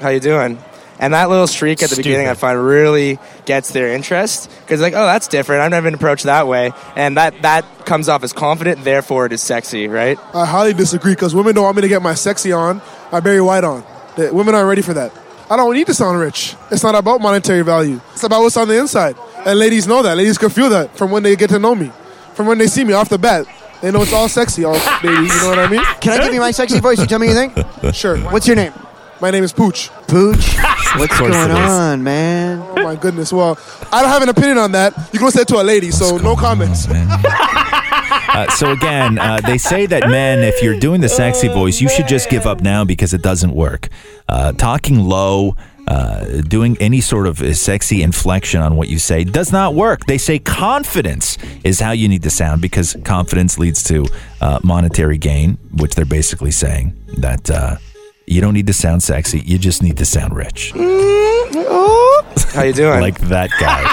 how you doing? And that little streak at the beginning, I find really gets their interest because like, oh, that's different. I've never been approached that way, and that that comes off as confident. Therefore, it is sexy, right?
I highly disagree because women don't want me to get my sexy on, my Barry White on. The women aren't ready for that. I don't need to sound rich. It's not about monetary value. It's about what's on the inside. And ladies know that. Ladies can feel that from when they get to know me, from when they see me off the bat. They know it's all sexy, all baby. You know what I mean?
Can I give you my sexy voice? You tell me you think.
Sure.
What's your name?
My name is Pooch.
Pooch. What's
course
going
it is.
on, man?
Oh my goodness. Well, I don't have an opinion on that. You can say it to a lady, so no comments.
Uh, so again, uh, they say that men, if you're doing the sexy voice, you should just give up now because it doesn't work. Uh, talking low, uh, doing any sort of uh, sexy inflection on what you say does not work. They say confidence is how you need to sound because confidence leads to uh, monetary gain, which they're basically saying that uh, you don't need to sound sexy. You just need to sound rich.
How you doing?
like that guy.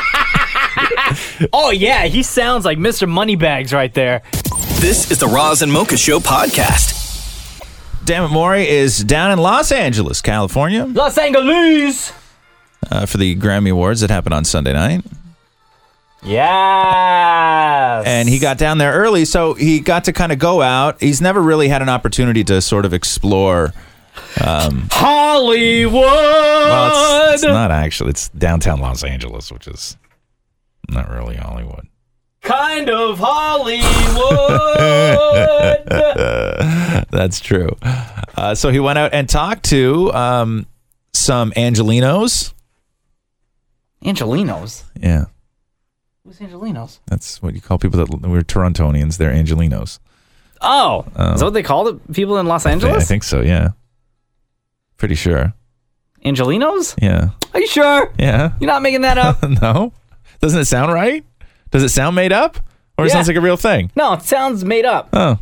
Oh yeah, he sounds like Mr. Moneybags right there.
This is the Roz and Mocha Show podcast.
Damn it, Maury is down in Los Angeles, California.
Los Angeles.
uh, for the Grammy Awards that happened on Sunday night.
Uh, Yeah.
And he got down there early, so he got to kind of go out. He's never really had an opportunity to sort of explore Um,
Hollywood.
well, it's, it's not actually. It's downtown Los Angeles, which is not really Hollywood.
Kind of Hollywood.
That's true. Uh, so he went out and talked to um, some Angelinos.
Angelinos.
Yeah,
Who's Angelinos?
that's what you call people that we're Torontonians. They're Angelinos.
Oh,
Oh.
is that what they call the people in Los
I thi- I
Angeles?
think so. Yeah, pretty sure.
Angelinos?
Yeah,
Are you sure?
yeah.
You're not making that up?
no, doesn't it sound right? Does it sound made up, or it
Yeah.
sounds like a real thing?
no, it sounds made up.
Oh,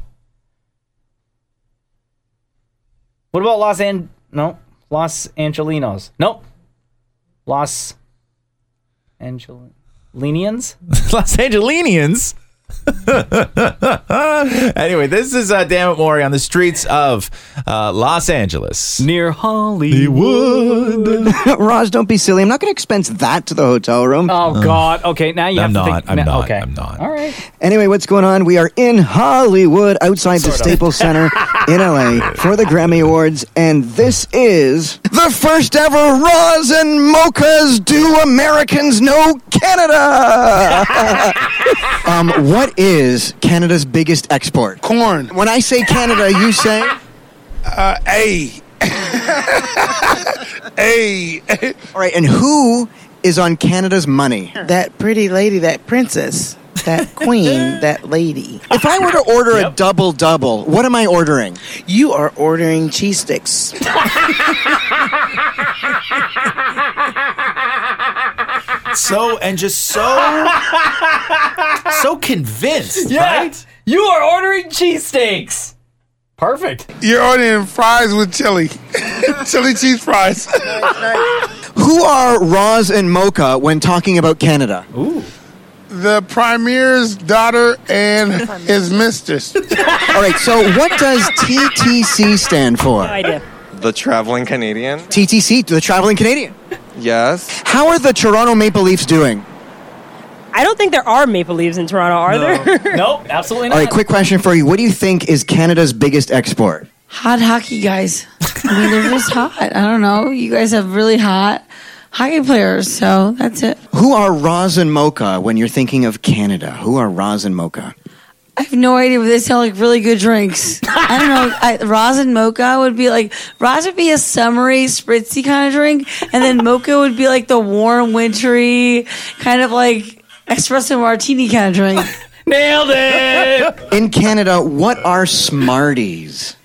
What about Los An? No, Los Angelinos. Nope. Los Angelinians.
Los Angelinians. anyway, this is uh, Damn It Maury on the streets of uh, Los Angeles.
Near Hollywood.
Roz, don't be silly. I'm not going to expense that to the hotel room.
Oh God. Okay, now you
I'm
have to
not,
think.
I'm
no,
not,
Okay.
I'm
not.
All right.
Anyway, what's going on? We are in Hollywood, outside the
Sort of.
Staples Center in LA for the Grammy Awards, and this is the first ever Roz and Mocha's Do Americans Know Canada? um, what is Canada's biggest export? Corn. When I say Canada, you say? Uh, a. a. All right, and who is on Canada's money?
That pretty lady, that princess, that queen, that lady.
If I were to order a double double, what am I ordering?
You are ordering cheese sticks.
So and just so so convinced.
Yeah. You are ordering cheesesteaks. Perfect.
You're ordering fries with chili, chili cheese fries.
Who are Roz and Mocha when talking about Canada?
Ooh.
The premier's daughter and his mistress.
All right, so what does TTC stand for?
idea.
The traveling Canadian.
TTC, the Traveling Canadian.
Yes.
How are the Toronto Maple Leafs doing?
I don't think there are Maple Leaves in Toronto, are there?
nope, absolutely
All right, quick question for you. What do you think is Canada's biggest export?
Hot hockey guys. I mean, they're just hot. I don't know. You guys have really hot hockey players, so that's it.
Who are Roz and Mocha when you're thinking of Canada? Who are Roz and Mocha?
I have no idea, but they sound like really good drinks. I don't know. I, Roz and Mocha would be like, Roz would be a summery, spritzy kind of drink, and then Mocha would be like the warm, wintry, kind of like espresso martini kind of drink.
Nailed it!
In Canada, what are Smarties?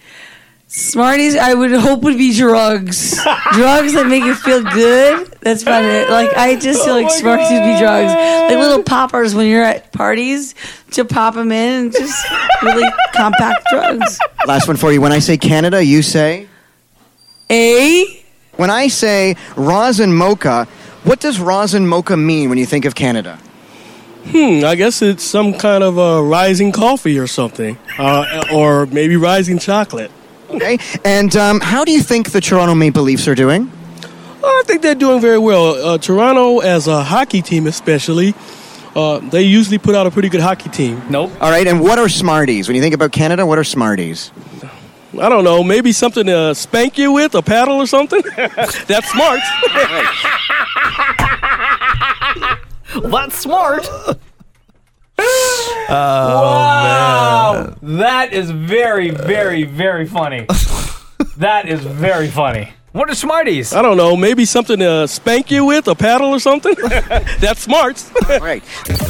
Smarties, I would hope would be drugs. drugs that make you feel good. That's about it. Like I just feel like Smarties would be drugs, like little poppers when you're at parties to pop them in and just really compact drugs.
Last one for you. When I say Canada, you say?
A.
When I say Roz and Mocha, what does Roz and Mocha mean when you think of Canada?
Hmm, I guess it's some kind of uh, rising coffee or something, uh, or maybe rising chocolate.
Okay. And um, how do you think the Toronto Maple Leafs are doing?
I think they're doing very well. Uh, Toronto, as a hockey team especially, uh, they usually put out a pretty good hockey team.
Nope.
All right. And what are Smarties? When you think about Canada, what are Smarties?
I don't know, maybe something to spank you with, a paddle or something. That's smart.
That's smart.
Oh, man.
Oh, that is very, very, very funny. that is very funny. What are Smarties?
I don't know, maybe something to spank you with, a paddle or something. That's smart.
right.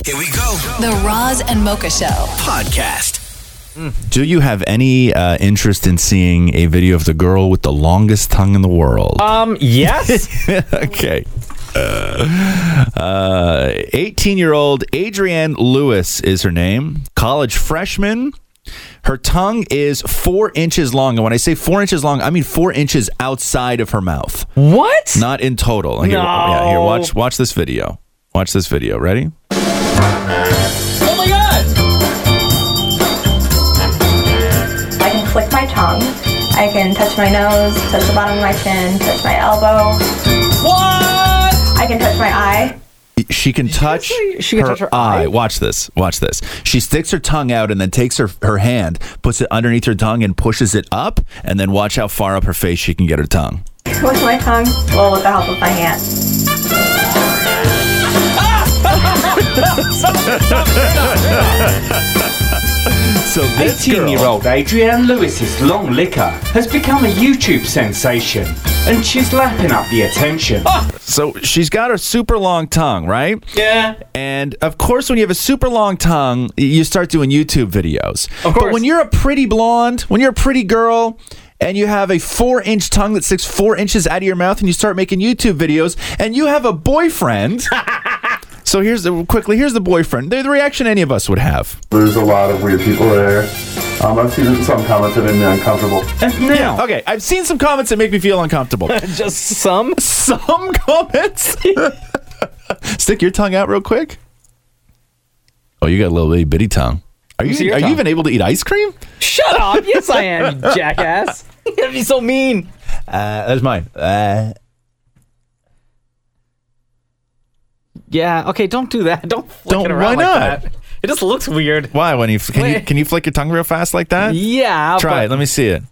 Here we
The Roz and Mocha Show podcast.
Do you have any uh, interest in seeing a video of the girl with the longest tongue in the world?
Um, yes.
okay. Uh, 18 year old Adrienne Lewis is her name, college freshman. Her tongue is four inches long. And when I say four inches long, I mean four inches outside of her mouth.
What?
Not in total. Here, yeah, here, watch, watch this video. Watch this video. Ready?
Oh my god! I can flick my tongue. I can touch my nose, touch the bottom of my chin, touch my elbow. What? I can touch my eye.
She can touch
She can touch her
eye. Watch this. Watch this. She sticks her tongue out and then takes her her hand, puts it underneath her tongue and pushes it up, and then watch how far up her face she can get her tongue.
With my tongue, well, with the help of my hand.
So
18 year old Adrienne Lewis's long liquor has become a YouTube sensation, and she's lapping up the attention.
Ah! So she's got a super long tongue, right? Yeah. And of course, when you have a super long tongue, y- you start doing YouTube videos. Of course. But when you're a pretty blonde, when you're a pretty girl, and you have a four inch tongue that sticks four inches out of your mouth, and you start making YouTube videos, and you have a boyfriend. so here's the quickly here's the boyfriend. They're the reaction any of us would have.
There's a lot of weird people there. Um, I've seen some comments that made me uncomfortable.
Now, okay, I've seen some comments that make me feel uncomfortable. Just some, some comments. Stick your tongue out real quick. Oh, you got a little itty bitty tongue. Are
Let me see
you
your
are you
tongue.
even able to eat ice cream?
Shut up. Yes, I am, you jackass. You're going to be so mean.
Uh, that's mine. Uh,
Yeah, okay, don't do that. Don't flick
Don't-
it
Oh, why
around
not?
like that. It just looks weird.
why? When you can you
Wait.
can you flick your tongue real fast like that?
Yeah,
Try
but-
it. Let me see it.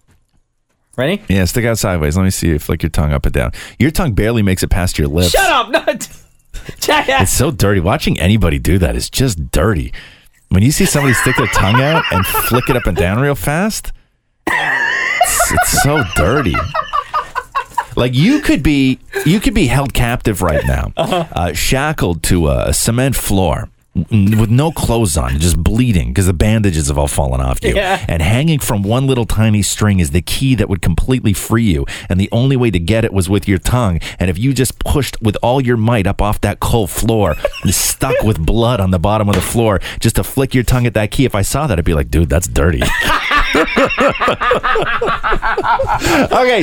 Ready?
Yeah, stick out sideways. Let me see you flick your tongue up and down. Your tongue barely makes it past your lips.
Shut up. No, jackass.
It's so dirty. Watching anybody do that is just dirty. When you see somebody stick their tongue out and flick it up and down real fast, it's, it's so dirty. Like you could be, you could be held captive right now, uh shackled to a, a cement floor n- with no clothes on, just bleeding because the bandages have all fallen off you.
Yeah.
And hanging from one little tiny string is the key that would completely free you. And the only way to get it was with your tongue. And if you just pushed with all your might up off that cold floor, stuck with blood on the bottom of the floor, just to flick your tongue at that key, if I saw that, I'd be like, dude, that's dirty. okay,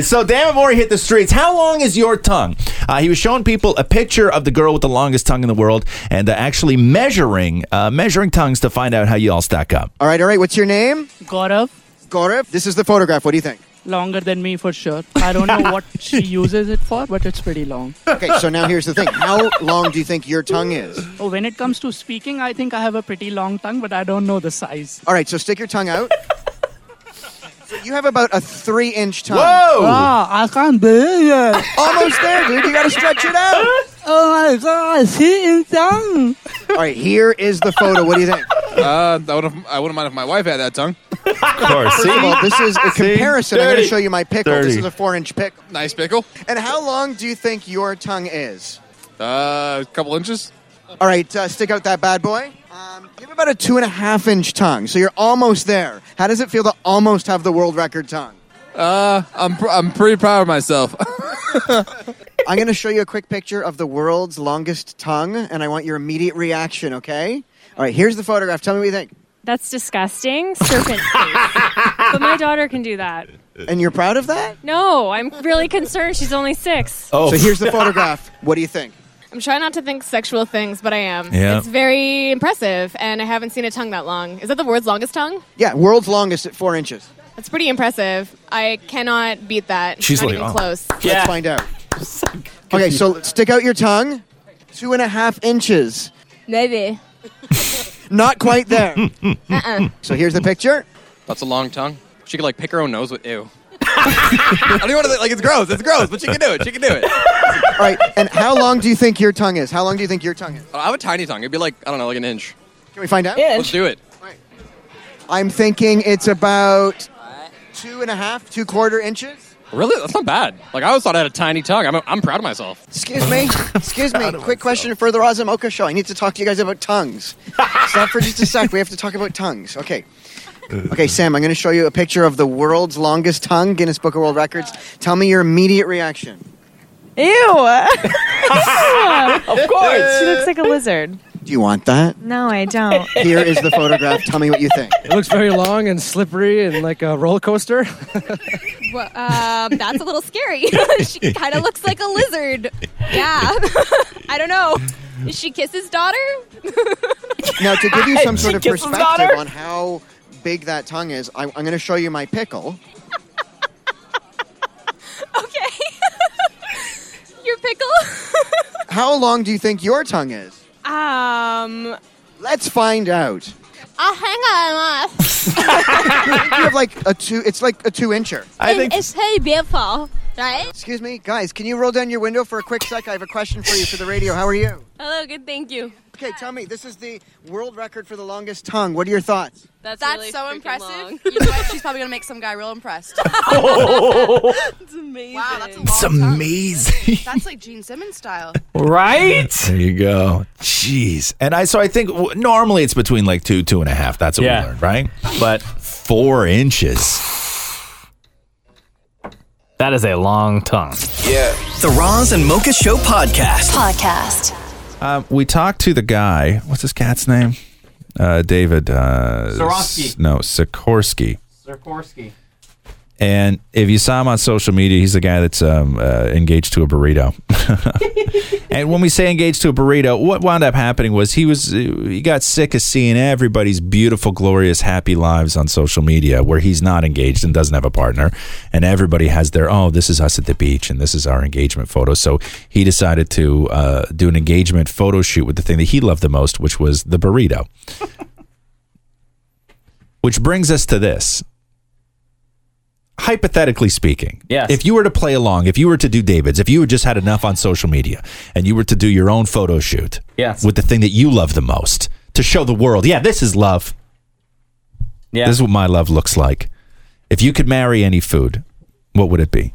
so Damamori hit the streets. How long is your tongue? Uh, he was showing people a picture of the girl with the longest tongue in the world and uh, actually measuring uh, measuring tongues to find out how you all stack up.
All right, all right. What's your name?
Gaurav.
Gaurav. This is the photograph. What do you think?
Longer than me for sure. I don't know what she uses it for, but it's pretty long.
Okay, so now here's the thing. How long do you think your tongue is?
Oh, when it comes to speaking, I think I have a pretty long tongue, but I don't know the size.
All right, so stick your tongue out. So you have about a three-inch tongue.
Ah, I can't believe it.
Almost there, dude. You gotta stretch it out.
Oh my god, she in tongue.
All right, here is the photo. What do you think?
Uh, I wouldn't, I wouldn't mind if my wife had that tongue. Of course.
First of all, this is a comparison. I'm going to show you my pickle. This
Dirty.
is a four-inch pickle.
Nice pickle.
And how long do you think your tongue is?
Uh, a couple inches.
All right, uh, stick out that bad boy. Um, you have about a two and a half inch tongue, so you're almost there. How does it feel to almost have the world record tongue?
Uh, I'm pr- I'm pretty proud of myself.
I'm going to show you a quick picture of the world's longest tongue, and I want your immediate reaction, okay? All right, here's the photograph. Tell me what you think.
That's disgusting. Serpent face. But my daughter can do that.
And you're proud of that?
No, I'm really concerned. She's only six.
So here's the photograph. What do you think?
I'm trying not to think sexual things, but I am.
Yeah.
It's very impressive, and I haven't seen a tongue that long. Is that the world's longest tongue?
Yeah, world's longest at four inches.
That's pretty impressive. I cannot beat that.
She's
not
like,
even
oh.
close.
Let's find out. Okay, so stick out your tongue. Two and a half inches.
Maybe.
Not quite there.
Uh-uh.
so here's the picture.
That's a long tongue. She could like pick her own nose with ew. I don't even want to like it's gross. It's gross, but she can do it. She can do it.
All right, and how long do you think your tongue is? How long do you think your tongue is?
I have a tiny tongue. It'd be like I don't know, like an inch.
Can we find out?
Let's do it.
I'm thinking it's about two and a half, two quarter inches.
Really, that's not bad. Like I always thought I had a tiny tongue. I'm I'm proud of myself.
Excuse me. Excuse me. Quick question for the Raza Mocha show. I need to talk to you guys about tongues. Stop for just a sec. We have to talk about tongues. Okay. Okay, Sam, I'm going to show you a picture of the world's longest tongue, Guinness Book of World Records. Tell me your immediate reaction.
Ew. of
course.
She looks like a lizard.
Do you want that?
No, I don't.
Here is the photograph. Tell me what you think.
It looks very long and slippery and like a roller coaster.
Well, um, that's a little scary.
she kind of looks like a lizard. Yeah. I don't know. Is she Kiss's daughter?
Now, to give you some sort of
She kisses
perspective
daughter?
on how big that tongue is, I, I'm going to show you my pickle.
Your pickle?
How long do you think your tongue is?
Um,
Let's find out.
ah,
I'll hang on.
I think you have like a two. It's like a two incher.
it's pretty beautiful, right?
Excuse me, guys. Can you roll down your window for a quick sec? I have a question for you for the radio. How are you?
Hello, good, thank you.
Okay, tell me. This is the world record for the longest tongue. What are your thoughts?
That's, so impressive. You know what? She's probably gonna make some guy real impressed.
It's
amazing. Wow, that's a long
It's
tongue.
amazing.
That's like Gene Simmons style.
Right?
There you go. Jeez. And I so I think w- normally it's between like two, two and a half. That's what
Yeah.
we learned, right? But four inches.
That is a long tongue.
Yeah. The Roz and Mocha Show podcast.
Podcast.
Um, we talked to the guy. What's his cat's name? Uh, David. Uh,
Swarovski.
S- No, Sikorsky.
Sikorsky.
And if you saw him on social media, he's the guy that's um, uh, engaged to a burrito. and when we say engaged to a burrito, what wound up happening was he was he got sick of seeing everybody's beautiful, glorious, happy lives on social media, where he's not engaged and doesn't have a partner, and everybody has their oh, this is us at the beach and this is our engagement photo. So he decided to uh, do an engagement photo shoot with the thing that he loved the most, which was the burrito. which brings us to this hypothetically speaking,
Yes.
if you were to play along, if you were to do David's, if you had just had enough on social media and you were to do your own photo shoot
Yes.
with the thing that you love the most to show the world, yeah, this is love.
Yeah.
This is what my love looks like. If you could marry any food, what would it be?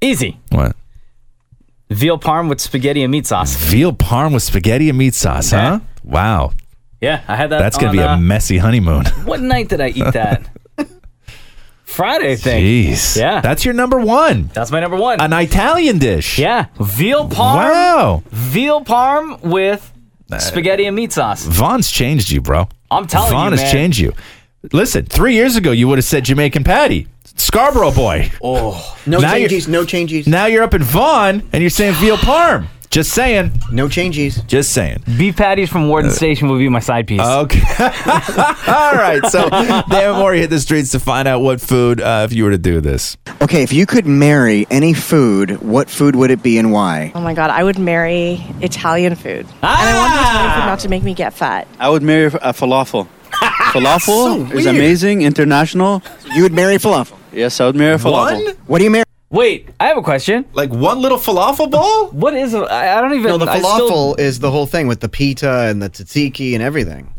Easy.
What?
Veal parm with spaghetti and meat sauce.
Veal parm with spaghetti and meat sauce, huh? Wow.
Yeah, I had that.
That's going
on,
to be a
uh,
messy honeymoon.
What night did I eat that? Friday, I think.
Jeez.
Yeah.
That's your number one.
That's my number one.
An Italian dish.
Yeah. Veal parm.
Wow.
Veal parm with spaghetti and meat sauce.
Vaughn's changed you, bro.
I'm telling
Vaughn
you,
has
man.
changed you. Listen, three years ago you would have said Jamaican Patty, Scarborough boy.
Oh, no
Now you're-
changes, no changes.
Now you're up in Vaughn and you're saying veal parm. Just saying.
No changes.
Just saying. Uh,
Beef patties from Warden Station will be my side piece.
Okay. All right. So Dan Mori hit the streets to find out what food uh, if you were to do this.
Okay, if you could marry any food, what food would it be and why?
Oh my god, I would marry Italian food. And I want Italian food not to make me get fat.
I would marry a falafel. falafel
So
is
weird.
amazing, international.
You would marry falafel?
Yes, I would marry a falafel.
What do you marry?
Wait, I have a question.
Like one little falafel ball?
What is it? I I don't even.
No, the
I
falafel
still-
is the whole thing with the pita and the tzatziki and everything.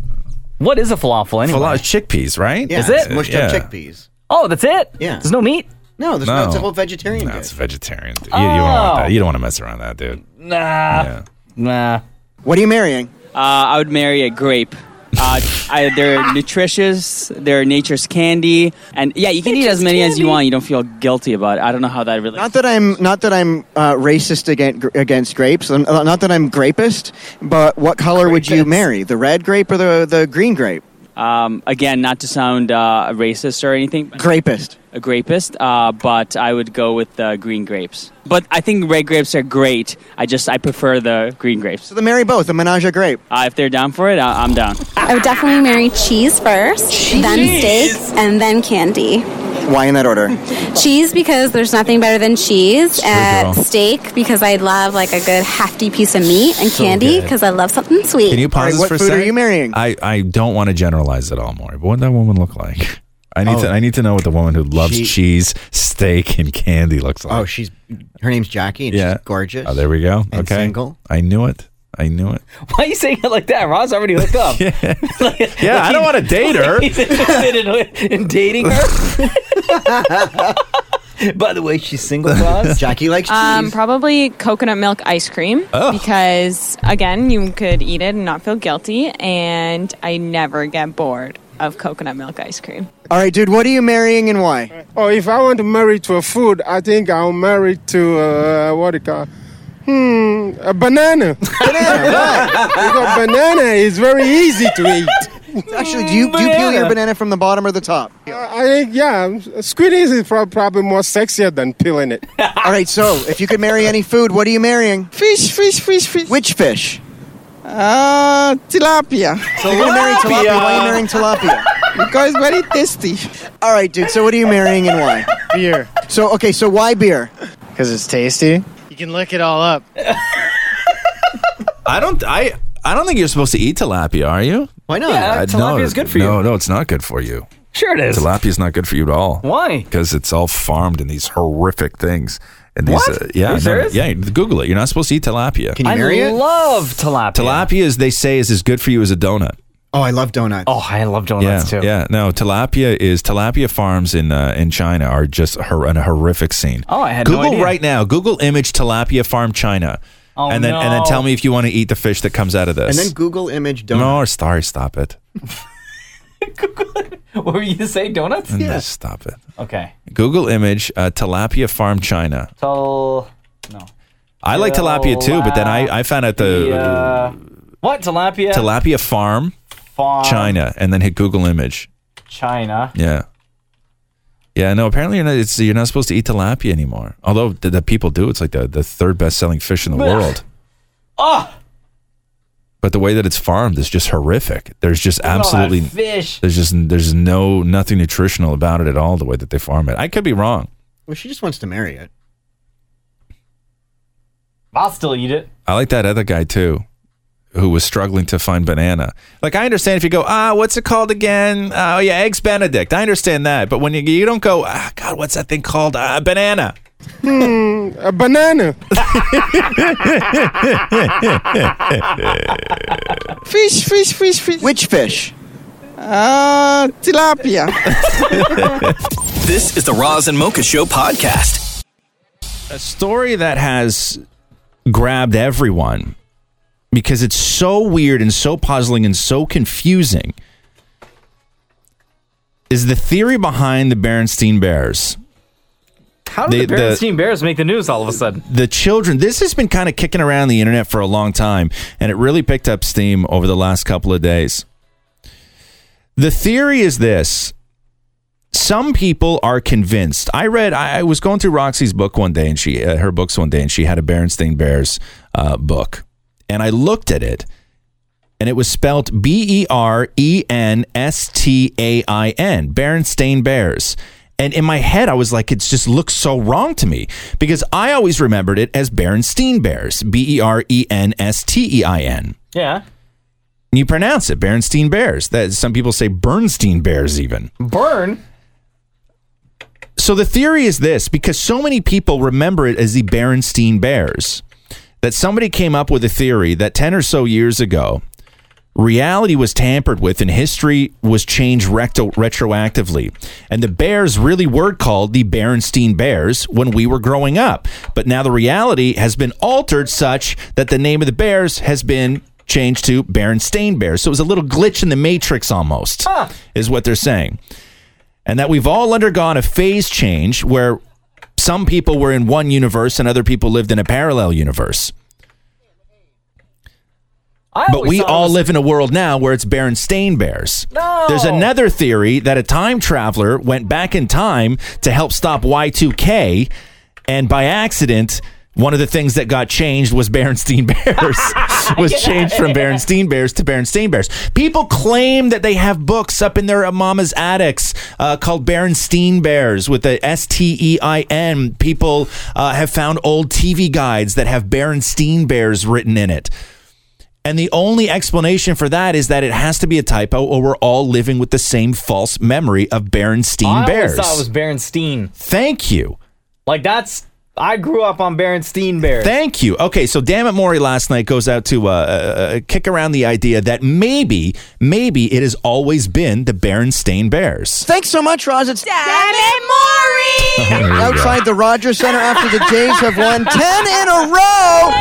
What is a falafel anyway?
Falafel chickpeas, right?
Yeah,
Is it?
it's mushed up chickpeas.
Oh, that's it.
Yeah.
There's no meat.
No, there's no. It's a
No.
whole vegetarian.
No, it's vegetarian. You, you don't want
Oh.
that. You don't want to mess around with that, dude.
Nah. Nah.
What are you marrying?
Uh, I would marry a grape. Uh, I, they're nutritious. They're nature's candy, and yeah, you can eat as many as you want. You don't feel guilty about it. I don't know how that really.
Not that I'm not that I'm uh, racist against, against grapes. I'm- uh, Not that I'm grapist. But what color would you marry? The red grape or the the green grape?
Um, again, not to sound uh, racist or anything.
Grapist.
A grapist, uh, but I would go with uh, green grapes. But I think red grapes are great. I just I prefer the green grapes.
So they marry both. A menage a grape.
Uh, if they're down for it, I- I'm down.
I would definitely marry cheese first, then steak, and then candy.
Why in that order?
Cheese because there's nothing better than cheese, and
girl.
steak because I love like a good hefty piece of meat, and
So
candy
good.
because I love something sweet.
Can you pause this for a second?
marrying?
I, I don't want to generalize at all, Maury. But what would that woman look like? I need to I need to know what the woman who loves
Oh. She-
cheese, steak, and candy looks like.
Oh, she's her name's Jackie and
yeah,
she's gorgeous.
Oh, there we go.
and
okay,
single.
I knew it. I knew it.
Why are you saying it like that? Ron's already hooked up. yeah,
Yeah, I don't want to date her.
He's interested in, in dating her. By the way, she's single, Roz.
Jackie likes
Um, probably coconut milk ice cream
Ugh.
because again, you could eat it and not feel guilty. And I never get bored of coconut milk ice cream.
All right, dude. What are you marrying and why?
Oh, if I want to marry to a food, I think I'll marry to uh, what do you call? Hmm, a banana. banana. because banana is very easy to eat.
Actually, do you do you peel your banana from the bottom or the top?
Uh, I think yeah, squeezing is prob- probably more sexier than peeling it.
All right. So if you could marry any food, what are you marrying?
Fish, fish, fish, fish.
Which fish?
Uh, tilapia.
So you're gonna marry tilapia. Why are you marrying tilapia?
because it's very tasty.
All right, dude. So what are you marrying and why? Beer. So okay. So why beer?
Because it's tasty. You can look it all up.
I don't. I. I don't think you're supposed to eat tilapia, are you?
Why not? Yeah,
Uh,
tilapia is good for
No,
you.
no, it's not good for you.
Sure it is.
Tilapia is not good for you at all.
Why?
Because it's all farmed in these horrific things. And these,
What?
Uh, yeah,
Are you
no,
serious?
yeah. Google it. You're not supposed to eat tilapia.
I love tilapia.
Tilapia, as they say, is as good for you as a donut.
Oh, I love donuts. Oh, I love donuts
yeah,
too.
yeah. No, tilapia is tilapia farms in uh, in China are just hor- an horrific scene.
Oh, I had no
Google
idea.
right now. Google image tilapia farm China,
Oh,
and then and then
no.
tell me if you want to eat the fish that comes out of
And
this.
then Google image donut.
no, sorry, stop it.
what were you to say? Donuts?
Yeah. Mm, Stop it.
Okay.
Google image uh, tilapia farm China.
So
I like tilapia too, but then I, I found out the
oh, uh, what tilapia?
tilapia farm,
Farm.
China, and then hit Google image.
China.
Yeah, yeah. No, apparently you're not. It's, you're not supposed to eat tilapia anymore. Although the, the people do. It's like the, the third best selling fish in the
Blech.
world.
Oh,
But the way that it's farmed is just horrific. There's just
all that
absolutely
fish.
There's just there's no nothing nutritional about it at all. The way that they farm it. I could be wrong.
Well, she just wants to marry it.
I'll still eat it.
I like that other guy too, who was struggling to find banana. Like I understand if you go, ah, what's it called again? Oh yeah, eggs Benedict. I understand that, but when you you don't go, ah, God, what's that thing called? Ah, banana.
Hmm, a banana.
Fish, fish, fish, fish. Which fish? Uh, tilapia.
This is the Roz and Mocha Show podcast.
A story that has grabbed everyone because it's so weird and so puzzling and so confusing is the theory behind the Berenstein Bears.
How did
They-
the,
the-
Berenstein Bears make the news all of a sudden?
the children this has been kind of kicking around the internet for a long time and it really picked up steam over the last couple of days the theory is this some people are convinced i read i I was going through roxy's book one day and she uh, her books one day and she had a berenstain bears uh, book and i looked at it and it was spelt B E R E N S T A I N, Berenstain Bears. And in my head, I was like, it just looks so wrong to me because I always remembered it as Berenstein Bears, B E R E N S T E I N.
Yeah.
And you pronounce it Berenstein Bears. That some people say Bernstein Bears even.
Burn.
So the theory is this because so many people remember it as the Berenstein Bears, that somebody came up with a theory that 10 or so years ago, reality was tampered with and history was changed recto- retroactively. And the Bears really were called the Berenstein Bears when we were growing up. But now the reality has been altered such that the name of the Bears has been changed to Berenstain Bears. So it was a little glitch in the matrix almost, is what they're saying and that we've all undergone a phase change where some people were in one universe and other people lived in a parallel universe. But we all live in a world now where it's Berenstain Bears.
No.
There's another theory that a time traveler went back in time to help stop Y2K, and by accident, one of the things that got changed was Berenstain Bears was changed from Berenstain Bears to Berenstain Bears. People claim that they have books up in their mama's attics uh, called Berenstain Bears with the S T E I N. People uh, have found old TV guides that have Berenstain Bears written in it. And the only explanation for that is that it has to be a typo, or we're all living with the same false memory of Berenstain
I always
Bears.
thought it was Berenstein.
Thank you.
Like that's. I grew up on Berenstein Bears.
Thank you. Okay, so damn it, Maury last night goes out to uh, uh, kick around the idea that maybe, maybe it has always been the Berenstain Bears.
Thanks so much, Roz. It's
Damn it,
Maury!
outside the Rogers Center after the Jays have won 10 in a row.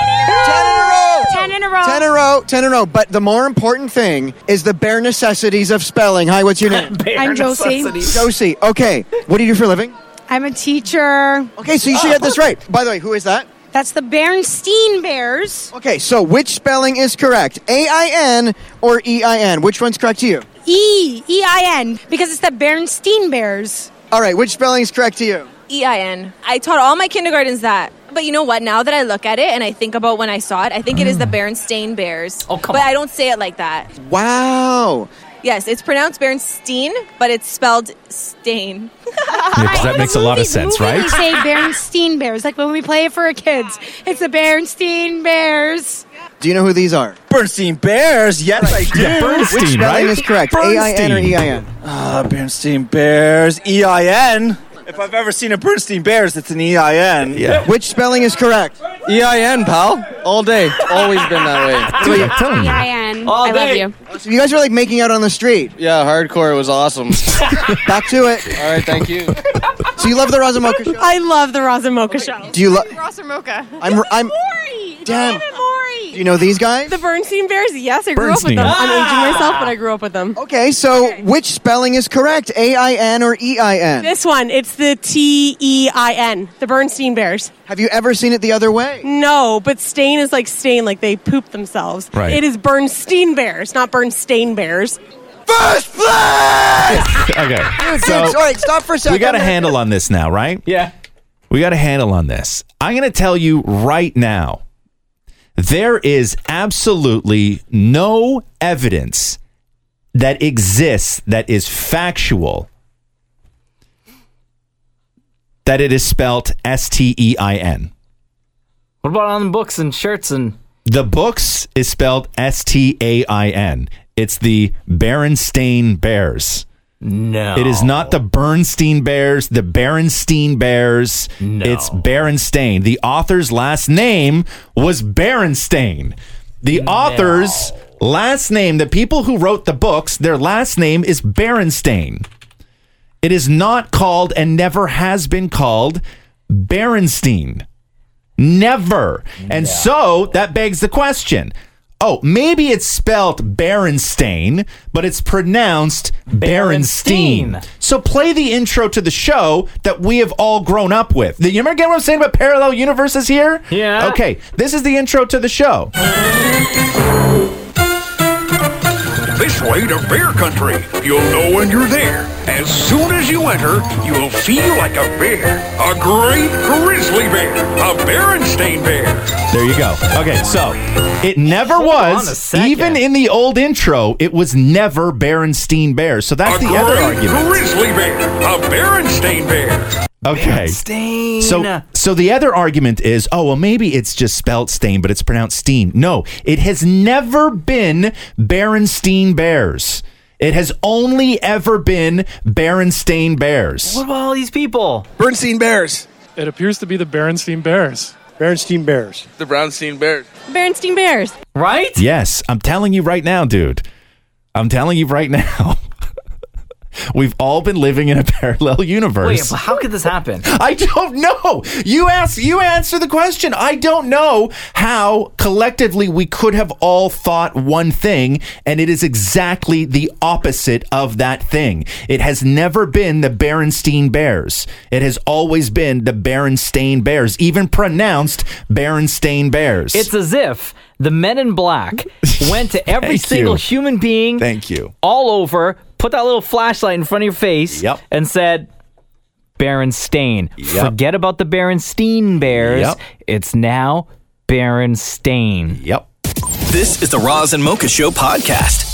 10 in a row.
10 in a row.
10 in a row. 10 in a row. But the more important thing is the bare necessities of spelling. Hi, what's your name?
Bare I'm Josie. necessities.
Josie. Okay. What do you do for a living?
I'm a teacher.
Okay, so you should get this right. By the way, who is that?
That's the Berenstein Bears.
Okay, so which spelling is correct? A I N or E I N? Which one's correct to you?
E E I N because it's the Berenstein Bears.
All right, which spelling is correct to you?
E I N. I taught all my kindergartens that. But you know what? Now that I look at it and I think about when I saw it, I think it is the Berenstain Bears. Oh, come but I don't say it like that.
Wow.
Yes, it's pronounced Berenstein, but it's spelled stain.
that makes a lot of sense,
Movie,
right?
They say Berenstein Bears, like when we play it for our kids. It's the Berenstein Bears.
Do you know who these are?
Bernstein Bears. Yes, I do.
Yeah, Bernstein,
Which spelling
right?
is correct? A-I-N or
E
Bernstein.
E-I-N? Ah, Bernstein Bears.
E
E-I-N. If I've ever seen a Bernstein Bears, it's an E-I-N.
Yeah. Which spelling is correct?
E-I-N, E pal. All day. Always been that way.
E-I-N. E I love you.
So you guys were like making out on the street.
Yeah, hardcore was awesome.
Back to it.
All right, thank you.
So you love the Razamoka show?
I love the Raza Mocha show.
Do you love?
Ross or Mocha?
I'm. I'm. Damn. Do you know these guys?
The Bernstein Bears? Yes, I grew up with them.
Bernstein.
I'm aging myself, but I grew up with them.
Okay, so which spelling is correct? A I N or E I N?
This one, it's the T E I N, the Bernstein Bears.
Have you ever seen it the other way?
No, but stain is like stain, like they poop themselves.
Right.
It is Bernstein Bears, not Bernstein Bears.
First place!
okay.
Dude,
So-
dude, all right, stop for a second.
We got a handle on this now, right?
Yeah.
We got a handle on this. I'm going to tell you right now there is absolutely no evidence that exists that is factual that it is spelt S T E I N.
What about on the books and shirts and
The books is spelled S T A I N. It's the Berenstain Bears.
No.
It is not the Bernstein Bears, the Berenstein Bears. It's Berenstain. The author's last name was Berenstain. The author's last name, the people who wrote the books, their last name is Berenstain. It is not called and never has been called Berenstein. Never. And so that begs the question. Oh, maybe it's spelled Berenstain, but it's pronounced Berenstein. So play the intro to the show that we have all grown up with. You remember again what I'm saying about parallel universes here? Yeah. Okay, this is the intro to the show.
This way to Bear Country. You'll know when you're there. As soon as you enter, you'll feel like a bear. A great grizzly bear. A Berenstain bear.
There you go. Okay, so it never was, even in the old intro, it was never Berenstein Bears. So that's
a
the other
great
argument.
grizzly bear. A Berenstain bear.
Okay. So, so the other argument is, oh well, maybe it's just spelled stain, but it's pronounced steen. No, it has never been Berenstain Bears. It has only ever been Berenstain Bears.
what about all these people?
Bernstein Bears.
It appears to be the Berenstein Bears. Berenstein Bears.
The Brownstein Bears.
Bernstein Bears.
Right?
Yes, I'm telling you right now, dude. I'm telling you right now. We've all been living in a parallel
Wait,
universe.
but how could this happen?
I don't know. You ask, you answer the question. I don't know how collectively we could have all thought one thing, and it is exactly the opposite of that thing. It has never been the Berenstain Bears. It has always been the Berenstain Bears, even pronounced Berenstain Bears.
It's as if the men in black went to every
Thank
single
you.
human being
Thank you.
all over, put that little flashlight in front of your face, and said, Berenstain. Forget about the Berenstein Bears.
Yep.
It's now Berenstain.
Yep.
This is the Roz and Mocha Show podcast.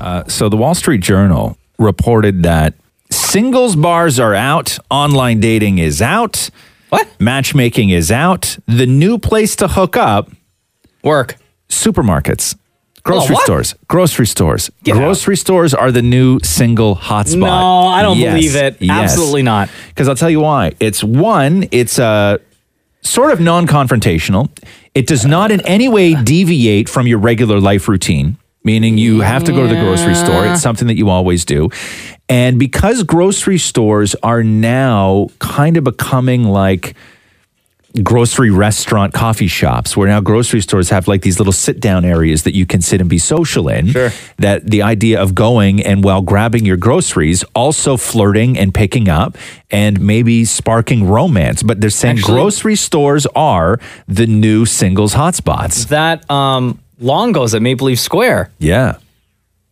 Uh, so the Wall Street Journal reported that singles bars are out, online dating is out, what? Matchmaking is out. The new place to hook up, work, supermarkets, grocery
Oh, what?
stores, grocery stores. grocery stores are the new single hotspot.
No, I don't believe it. Absolutely not.
Because I'll tell you why. It's one, it's a sort of non confrontational. It does not in any way deviate from your regular life routine, meaning you have to go to the grocery store. It's something that you always do. And because grocery stores are now kind of becoming like, grocery restaurant coffee shops where now grocery stores have like these little sit down areas that you can sit and be social in that the idea of going and while grabbing your groceries also flirting and picking up and maybe sparking romance but they're saying grocery stores are the new singles hotspots
That um, Longo's at Maple Leaf Square,
yeah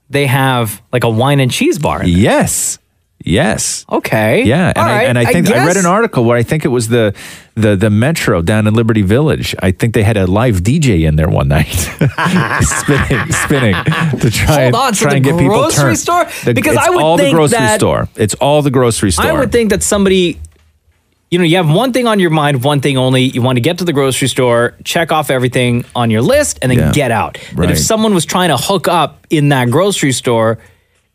they have like a wine and cheese bar. in there.
yes yes
Okay.
Yeah, and,
All
I,
right,
and I think I, read
guess.
an article where I think it was the the the Metro down in Liberty Village. I think they had a live DJ in there one night, spinning, spinning to try
Hold
and
on, so
try
the
and get people
grocery
turned.
store? Because
it's
I would
all the
think
grocery
that-
store. It's all the grocery store.
I would think that somebody you know, you have one thing on your mind, one thing only. You want to get to the grocery store, check off everything on your list, and then
Yeah.
get out. That
Right.
if someone was trying to hook up in that grocery store,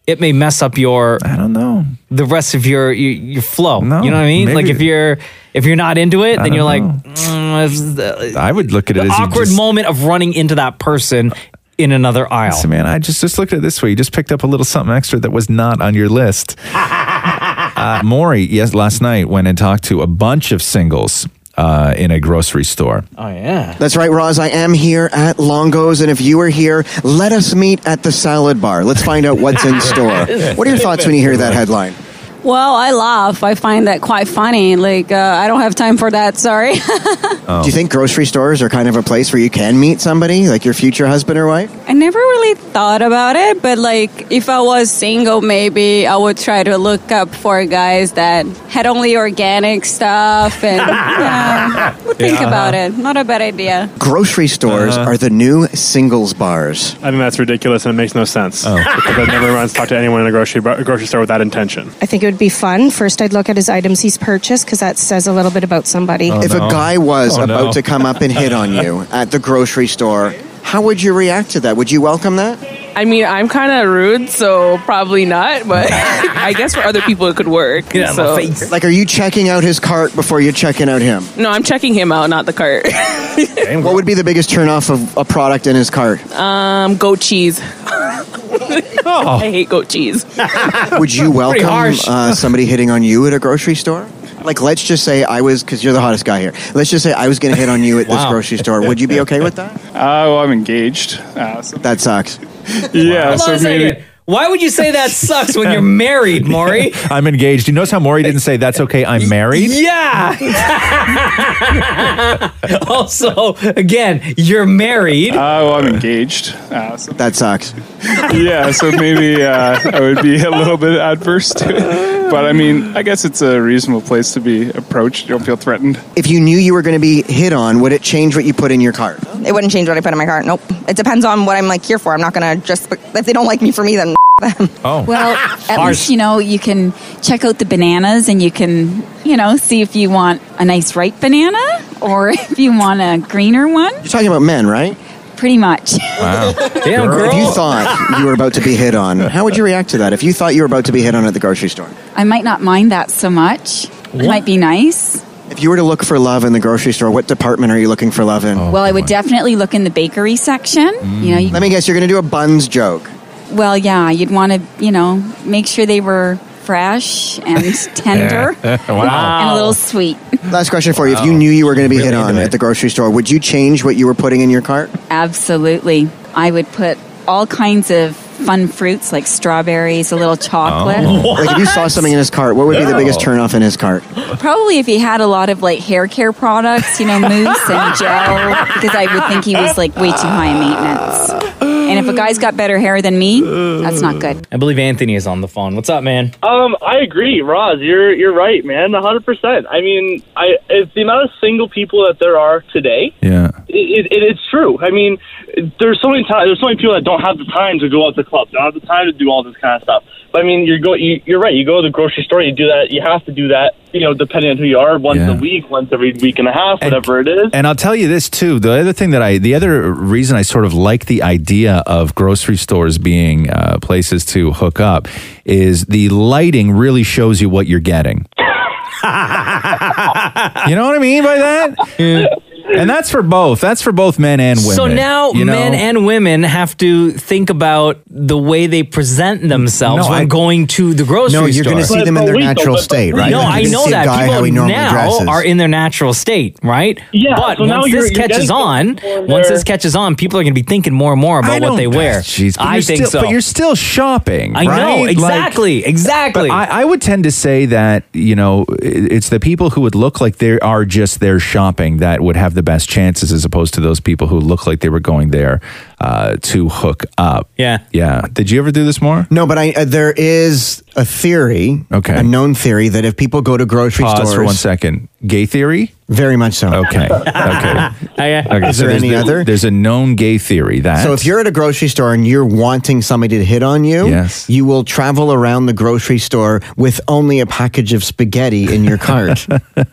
it may mess up your I
don't know
the rest of your your, your flow.
No,
you know what I mean? Like
maybe-
if you're if you're not into it,
I
then
don't
you're like
know.
"Mm, this is the,
I would look at it
the
as you
awkward
just-
moment of running into that person in another aisle.
Listen, man, I just just looked at it this way. You just picked up a little something extra that was not on your list. uh, Maury, yes, last night went and talked to a bunch of singles uh, in a grocery store.
Oh yeah.
That's right, Roz. I am here at Longo's, and if you were here, let us meet at the salad bar. Let's find out what's in store. What are your thoughts when you hear that headline?
Well, I laugh. I find that quite funny. Like, uh, I don't have time for that. Sorry.
Do you think grocery stores are kind of a place where you can meet somebody, like your future husband or wife?
I never really thought about it, but like, if I was single, maybe I would try to look up for guys that had only organic stuff and, you know, would think
Yeah.
about it. Not a bad idea.
Grocery stores are the new singles bars.
I think that's ridiculous and it makes no sense. Oh. Because never runs talk to anyone in a grocery bar, grocery store with that intention.
I think it would be fun. First, I'd look at his items he's purchased because that says a little bit about somebody.
if a guy was
Oh, no.
about to come up and hit on you at the grocery store, how would you react to that? Would you welcome that?
I mean, I'm kind of rude, so probably not, but I guess for other people it could work. so.
Like, are you checking out his cart before you're checking out him?
No, I'm checking him out, not the cart.
What would be the biggest turnoff of a product in his cart?
um, goat cheese.
Oh.
I hate goat cheese.
Would you welcome uh, somebody hitting on you at a grocery store? Like, let's just say I was, because you're the hottest guy here. Let's just say I was going to hit on you at this
Wow.
grocery store. Would you be okay with that?
Uh, well, I'm engaged. Uh, so-
That sucks.
yeah,
Hold on
so
a
maybe.
second. Why would you say that sucks when you're married, Maury?
I'm engaged. You notice how Maury didn't say that's okay. I'm married.
Yeah. also, again, you're married.
Oh, I'm engaged. Uh, so-
that sucks.
yeah, so maybe uh, I would be a little bit adverse to it. But I mean, I guess it's a reasonable place to be approached. You don't feel threatened.
If you knew you were going to be hit on, would it change what you put in your cart?
It wouldn't change what I put in my cart. Nope. It depends on what I'm like here for. I'm not gonna just if they don't like me for me, then them.
Oh.
Well,
at Harsh. least
you know you can check out the bananas and you can you know see if you want a nice ripe banana or if you want a greener one.
You're talking about men, right?
Pretty much.
Wow.
Damn,
If you
girl.
thought you were about to be hit on, how would you react to that? If you thought you were about to be hit on at the grocery store?
I might not mind that so much. It might be nice.
If you were to look for love in the grocery store, what department are you looking for love in?
well, I would definitely look in the bakery section.
Mm.
You know, you,
Let me guess, you're going to do a buns joke.
well, yeah, you'd want to you know make sure they were fresh and tender and a little sweet.
Last question for you. If you knew you were going to be hit on at the grocery store, would you change what you were putting in your cart?
Absolutely. I would put all kinds of fun fruits like strawberries, a little chocolate.
Like if you saw something in his cart, what would be the biggest turnoff in his cart?
Probably if he had a lot of like hair care products, you know, mousse and gel, because I would think he was like way too high in maintenance. And if a guy's got better hair than me, that's not good.
I believe Anthony is on the phone. What's up, man?
Um, I agree, Roz. You're you're right, man. A hundred percent. I mean, I it's the amount of single people that there are today.
Yeah.
It, it, it's true. I mean, there's so many times. There's so many people that don't have the time to go out to clubs. Don't have the time to do all this kind of stuff. But I mean, you're go. You, you're right. You go to the grocery store. You do that. You have to do that. You know, depending on who you are, once a week, once every week and a half, whatever it is.
And I'll tell you this too. The other thing that I, the other reason I sort of like the idea of grocery stores being uh, places to hook up is the lighting really shows you what you're getting. you know what I mean by that? And that's for both. That's for both men and women.
So now
you know?
men and women have to think about the way they present themselves
No,
when
I-
going to the grocery
No, you're
store.
gonna see them in their But- but natural we- state, right?
No,
You're
I
gonna
know
see a
that.
guy how
People
he normally
now
dresses.
are in their natural state, right?
Yeah,
But
so now
once
you're-
this
you're
catches
getting
on,
something
once
where-
this catches on, people are going to be thinking more and more
I
about what
don't-
they wear.
Jeez, but
I
you're
think
still,
so.
But you're still shopping.
I know,
right? Like-
exactly, exactly.
But I, I would tend to say that you know i- it's the people who would look like they are just there shopping that would have the best chances, as opposed to those people who look like they were going there uh, to hook up.
Yeah.
Yeah. Did you ever do this more?
No, but I uh, there is a theory, okay, a known theory that if people go to grocery
Pause
stores
for one second. Gay theory?
Very much so.
Okay. Okay.
Oh,
Okay. Is there
there's
any
the-
other?
There's a known gay theory that.
So if you're at a grocery store and you're wanting somebody to hit on you,
Yes.
you will travel around the grocery store with only a package of spaghetti in your cart.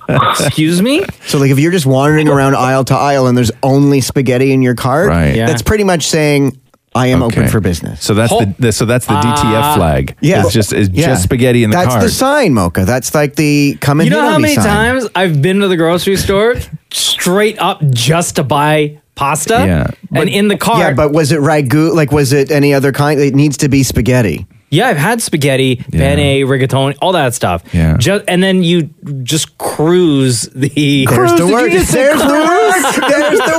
Excuse me?
So like if you're just wandering around aisle to aisle and there's only spaghetti in your cart,
Right. Yeah.
that's pretty much saying I am open for business.
So that's the, the so that's the DTF
Uh,
Ah.
flag.
Yeah.
It's just it's
Yeah.
just spaghetti in the
That's
card.
the sign, Mocha. That's like the come and
You know
hit on
how
me
many
sign.
times I've been to the grocery store straight up just to buy pasta? and in the cart.
Yeah, but was it ragu? Like, was it any other kind? It needs to be spaghetti.
Yeah, I've had spaghetti, penne, rigatoni, all that stuff. Yeah. Just, and then you just cruise the.
There's the word. There's the word. There's the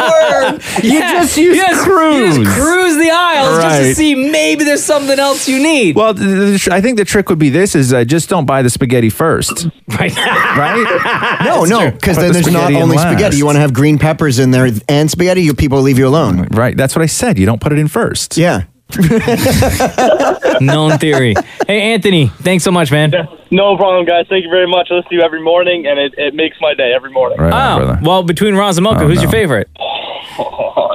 word. You just used
You
cruise.
just cruise the aisles just to
Right.
see maybe there's something else you need.
Well, th- th- I think the trick would be this: is uh, just don't buy the spaghetti first.
Right.
right.
No, no, because then there's not only spaghetti. You want to have green peppers in there and spaghetti. You people leave you alone.
Right. That's what I said. You don't put it in first.
Yeah.
Known theory. Hey, Anthony, thanks so much, man.
No problem, guys. Thank you very much. I listen to you every morning, and it, it makes my day every morning.
oh, well, between Roz and Mocha,
Oh,
who's
no.
your favorite?
Oh,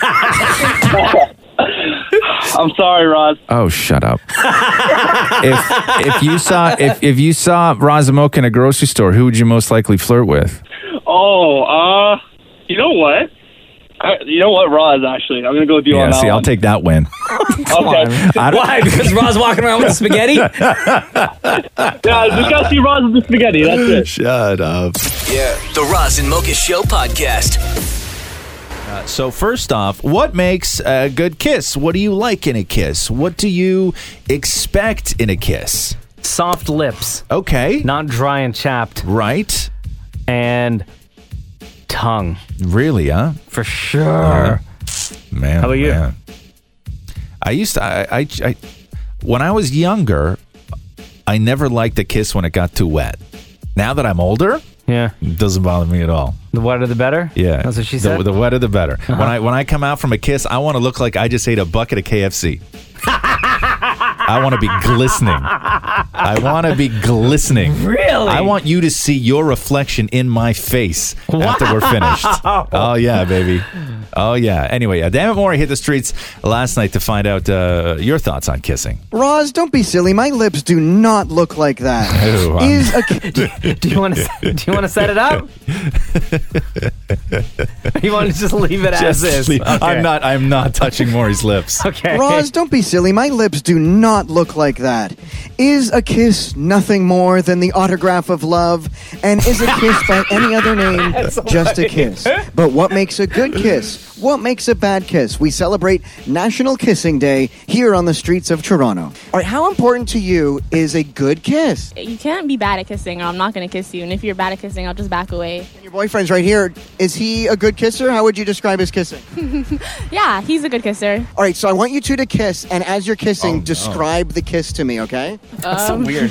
I'm sorry, Roz.
Oh, shut up! if if you saw if, if you saw Razumoka in a grocery store, who would you most likely flirt with?
Oh, uh, you know what? I, you know what, Roz? Actually, I'm gonna go with you on
yeah,
that
see, I'll
one.
take that win.
okay.
I don't- Why? Because
Roz walking around with spaghetti?
yeah, just gotta see Roz with the spaghetti. That's it.
Shut up.
Yeah. The Roz and Mocha Show podcast.
Uh, so first off, what makes a good kiss? What do you like in a kiss? What do you expect in a kiss?
Soft lips.
Okay.
Not dry and chapped.
Right.
And tongue.
Really, huh? Uh-huh.
For sure.
Man. How about you? I used to I, I I when I was younger, I never liked a kiss when it got too wet. Now that I'm older,
yeah,
it doesn't bother me at all.
The wetter the better?
Yeah,
That's what she
The-
said?
The, wetter the better.
Uh-huh.
When I when I come out from a kiss, I want to look like I just ate a bucket of KFC. I want to be glistening. I want to be glistening.
Really?
I want you to see your reflection in my face after we're finished.
Wow.
Oh yeah, baby. Oh yeah. Anyway, uh, Dammit Maury hit the streets last night to find out uh, your thoughts on kissing.
Roz, don't be silly. My lips do not look like that.
Ew, I'm-
Is a
do you want to do you want to set it up? you want to just leave it as
Just
is?
leave-
Okay.
I'm not. I'm not touching Maury's lips.
okay.
Roz, don't be silly. My lips do not look like that. Is a kiss nothing more than the autograph of love? And is a kiss by any other name just a kiss? But what makes a good kiss? What makes a bad kiss? We celebrate National Kissing Day here on the streets of Toronto. All right, how important to you is a good kiss?
You can't be bad at kissing, or I'm not gonna kiss you. And if you're bad at kissing, I'll just back away.
Your boyfriend's right here. Is he a good kisser? How would you describe his kissing?
yeah, he's a good kisser.
All right, so I want you two to kiss, and as you're kissing, describe the kiss to me, okay?
Oh, That's so Um, weird.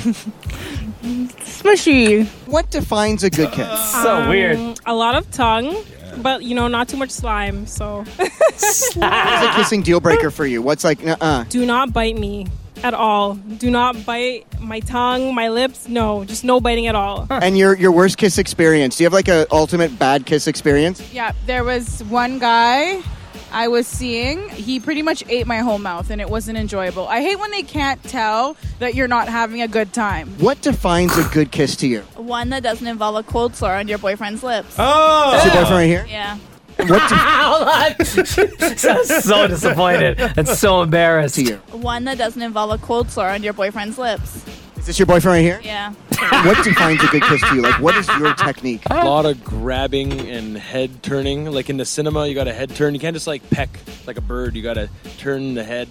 Smushy. What defines a good kiss?
Um, A lot of tongue, but you know, not too much slime. So
What is a kissing deal breaker for you? What's like, uh uh
do not bite me at all. Do not bite my tongue, my lips. No, just no biting at all.
And your your worst kiss experience? Do you have like a ultimate bad kiss experience?
Yeah, there was one guy I was seeing. He pretty much ate my whole mouth, and it wasn't enjoyable. I hate when they can't tell that you're not having a good time.
What defines a good kiss to you?
One that doesn't involve a cold sore on your boyfriend's lips.
Oh,
Is your boyfriend right here?
Yeah.
What de-
Sounds so disappointed. That's so embarrassed.
One that doesn't involve a cold sore on your boyfriend's lips.
is this your boyfriend right here?
Yeah.
What defines a good kiss to you? Like, what is your technique?
A lot of grabbing and head turning. Like in the cinema, you got to head turn. You can't just like peck like a bird. You got to turn the head,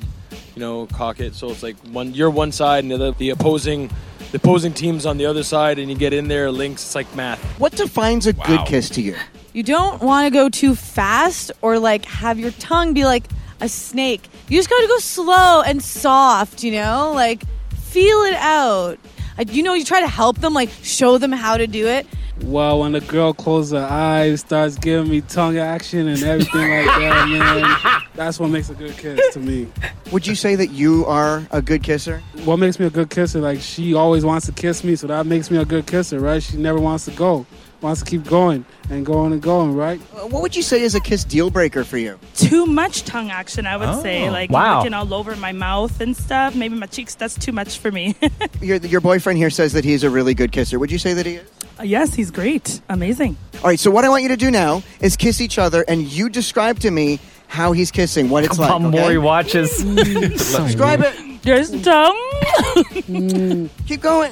you know, cock it. So it's like one, you're one side, and the, other, the opposing, the opposing team's on the other side, and you get in there, links. It's like math.
What defines a good kiss to you?
You don't want to go too fast or like have your tongue be like a snake. You just got to go slow and soft, you know? Like feel it out. Like, you know, you try to help them, like show them how to do it.
Well, when the girl closes her eyes, starts giving me tongue action and everything like that, man.
That's what makes a good kiss to me.
Would you say that you are a good kisser?
What makes me a good kisser? Like she always wants to kiss me, so that makes me a good kisser, right? She never wants to go, wants to keep going and going and going, right?
What would you say is a kiss deal breaker for you?
Too much tongue action, I would say.
Oh,
Like
wow.
licking all over my mouth and stuff. Maybe my cheeks. That's too much for me.
Your, your boyfriend here says that he's a really good kisser. Would you say that he is?
yes, he's great. Amazing.
All right, so what I want you to do now is kiss each other, and you describe to me how he's kissing, what it's
Come on,
like. okay?
Maury watches.
describe it.
There's tongue.
Keep going.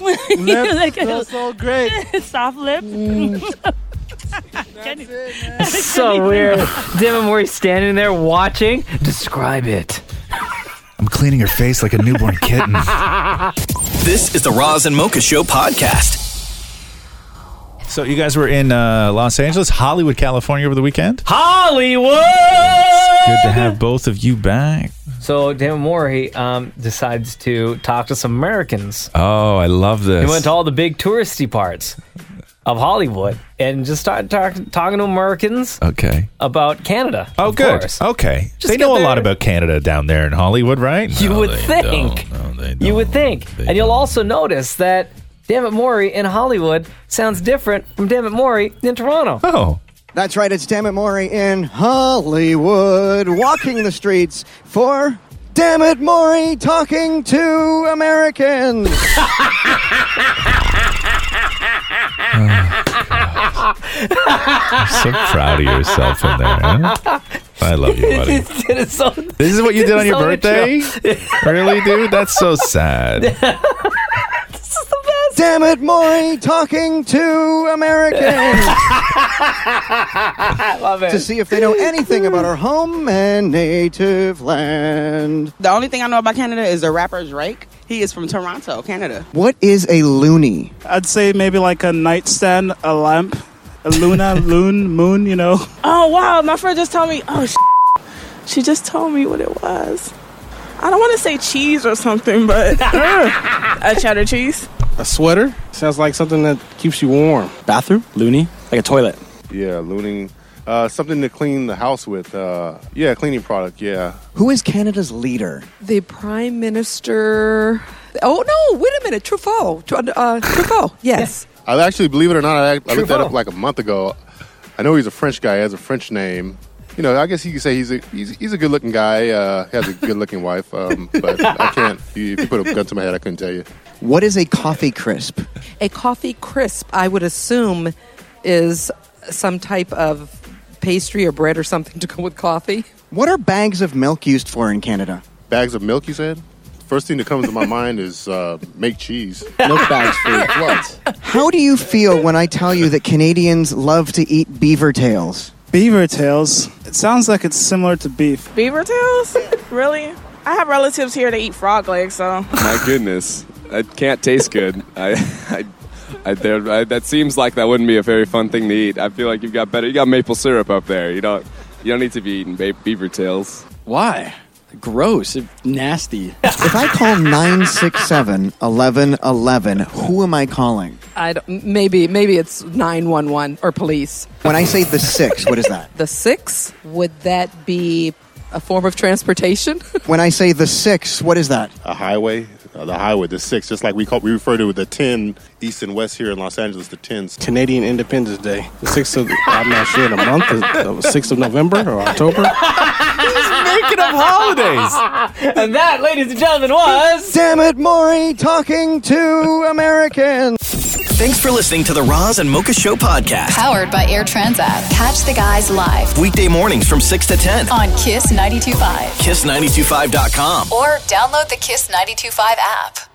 Lips,
Like a- that's
so great. Soft lips.
It's so weird. Dim and Maury standing there watching. Describe it.
I'm cleaning her face like a newborn kitten.
This is the Roz and Mocha Show podcast.
So you guys were in uh, Los Angeles, Hollywood, California over the weekend.
Hollywood.
Good to have both of you back.
So Dim and Maury um, decides to talk to some Americans.
Oh, I love this.
He went to all the big touristy parts of Hollywood and just started talk, talking to Americans
okay.
about Canada.
Oh,
of
good.
course.
Okay.
Just
they
get
know a
there.
lot about Canada down there in Hollywood, right?
You
No,
would
they don't.
think. you would think. And you'll also notice that Dammit Maury in Hollywood sounds different from Dammit Maury in Toronto.
Oh.
That's right, it's Dammit Maury in Hollywood, walking the streets for Dammit Maury talking to Americans.
Oh, So proud of yourself in there. huh? I love you, buddy. This
this
is what you did on your birthday? really, dude? That's so sad.
Dammit Maury talking to Americans.
Love
to see if they know anything about our home and native land.
The only thing I know about Canada is the rapper Drake. He is from Toronto, Canada.
What is a loony?
I'd say maybe like a nightstand, a lamp, a luna, loon, moon, you know.
Oh wow, my friend just told me. Oh, she just told me what it was. I don't want to say cheese or something, but a cheddar cheese.
A sweater sounds like something that keeps you warm. Bathroom, loony, like a toilet.
Yeah, looning. Uh, something to clean the house with. Uh, yeah, cleaning product. Yeah.
Who is Canada's leader?
The Prime Minister. Oh no! Wait a minute, Truffaut. Tru- Uh, Truffaut. Yes.
I actually, believe it or not, I, I
True
looked that
vote.
up like a month ago. I know he's a French guy. Has a French name. You know, I guess you could say he's a he's, he's a good looking guy. Uh, has a good looking wife. Um, but I can't. You, if you put a gun to my head, I couldn't tell you.
What is a coffee crisp?
A coffee crisp, I would assume, is some type of pastry or bread or something to go with coffee.
What are bags of milk used for in Canada?
Bags of milk. You said. First thing that comes to my mind is uh, make cheese.
Milk bags
for what?
How do you feel when I tell you that Canadians love to eat beaver tails?
Beaver tails. It sounds like it's similar to beef.
Beaver tails? really? I have relatives here that eat frog legs, so
My goodness, it can't taste good. I, I, I, there, I, that seems like that wouldn't be a very fun thing to eat. I feel like you've got better. You got maple syrup up there. You don't, you don't need to be eating ba- beaver tails. Why? Gross. Nasty.
If I call 967 1111, who am I calling?
I don't, maybe maybe it's nine one one or police.
When I say the six, what is that?
The six would that be a form of transportation?
When I say the six, what is that?
a highway, uh, the highway, the six, just like we call, we refer to the ten east and west here in Los Angeles, the tens.
Canadian Independence Day, the sixth of I'm not sure the month, the sixth of November or October.
Making
up holidays. and that, ladies and gentlemen, was
Damn it, Maury talking to Americans.
Thanks for listening to the Roz and Mocha Show podcast.
Powered by Air Transat. Catch the guys live
Weekday mornings from 6 to 10 on
on Kiss 92.5
kiss925.com.
or download the Kiss 92.5 app.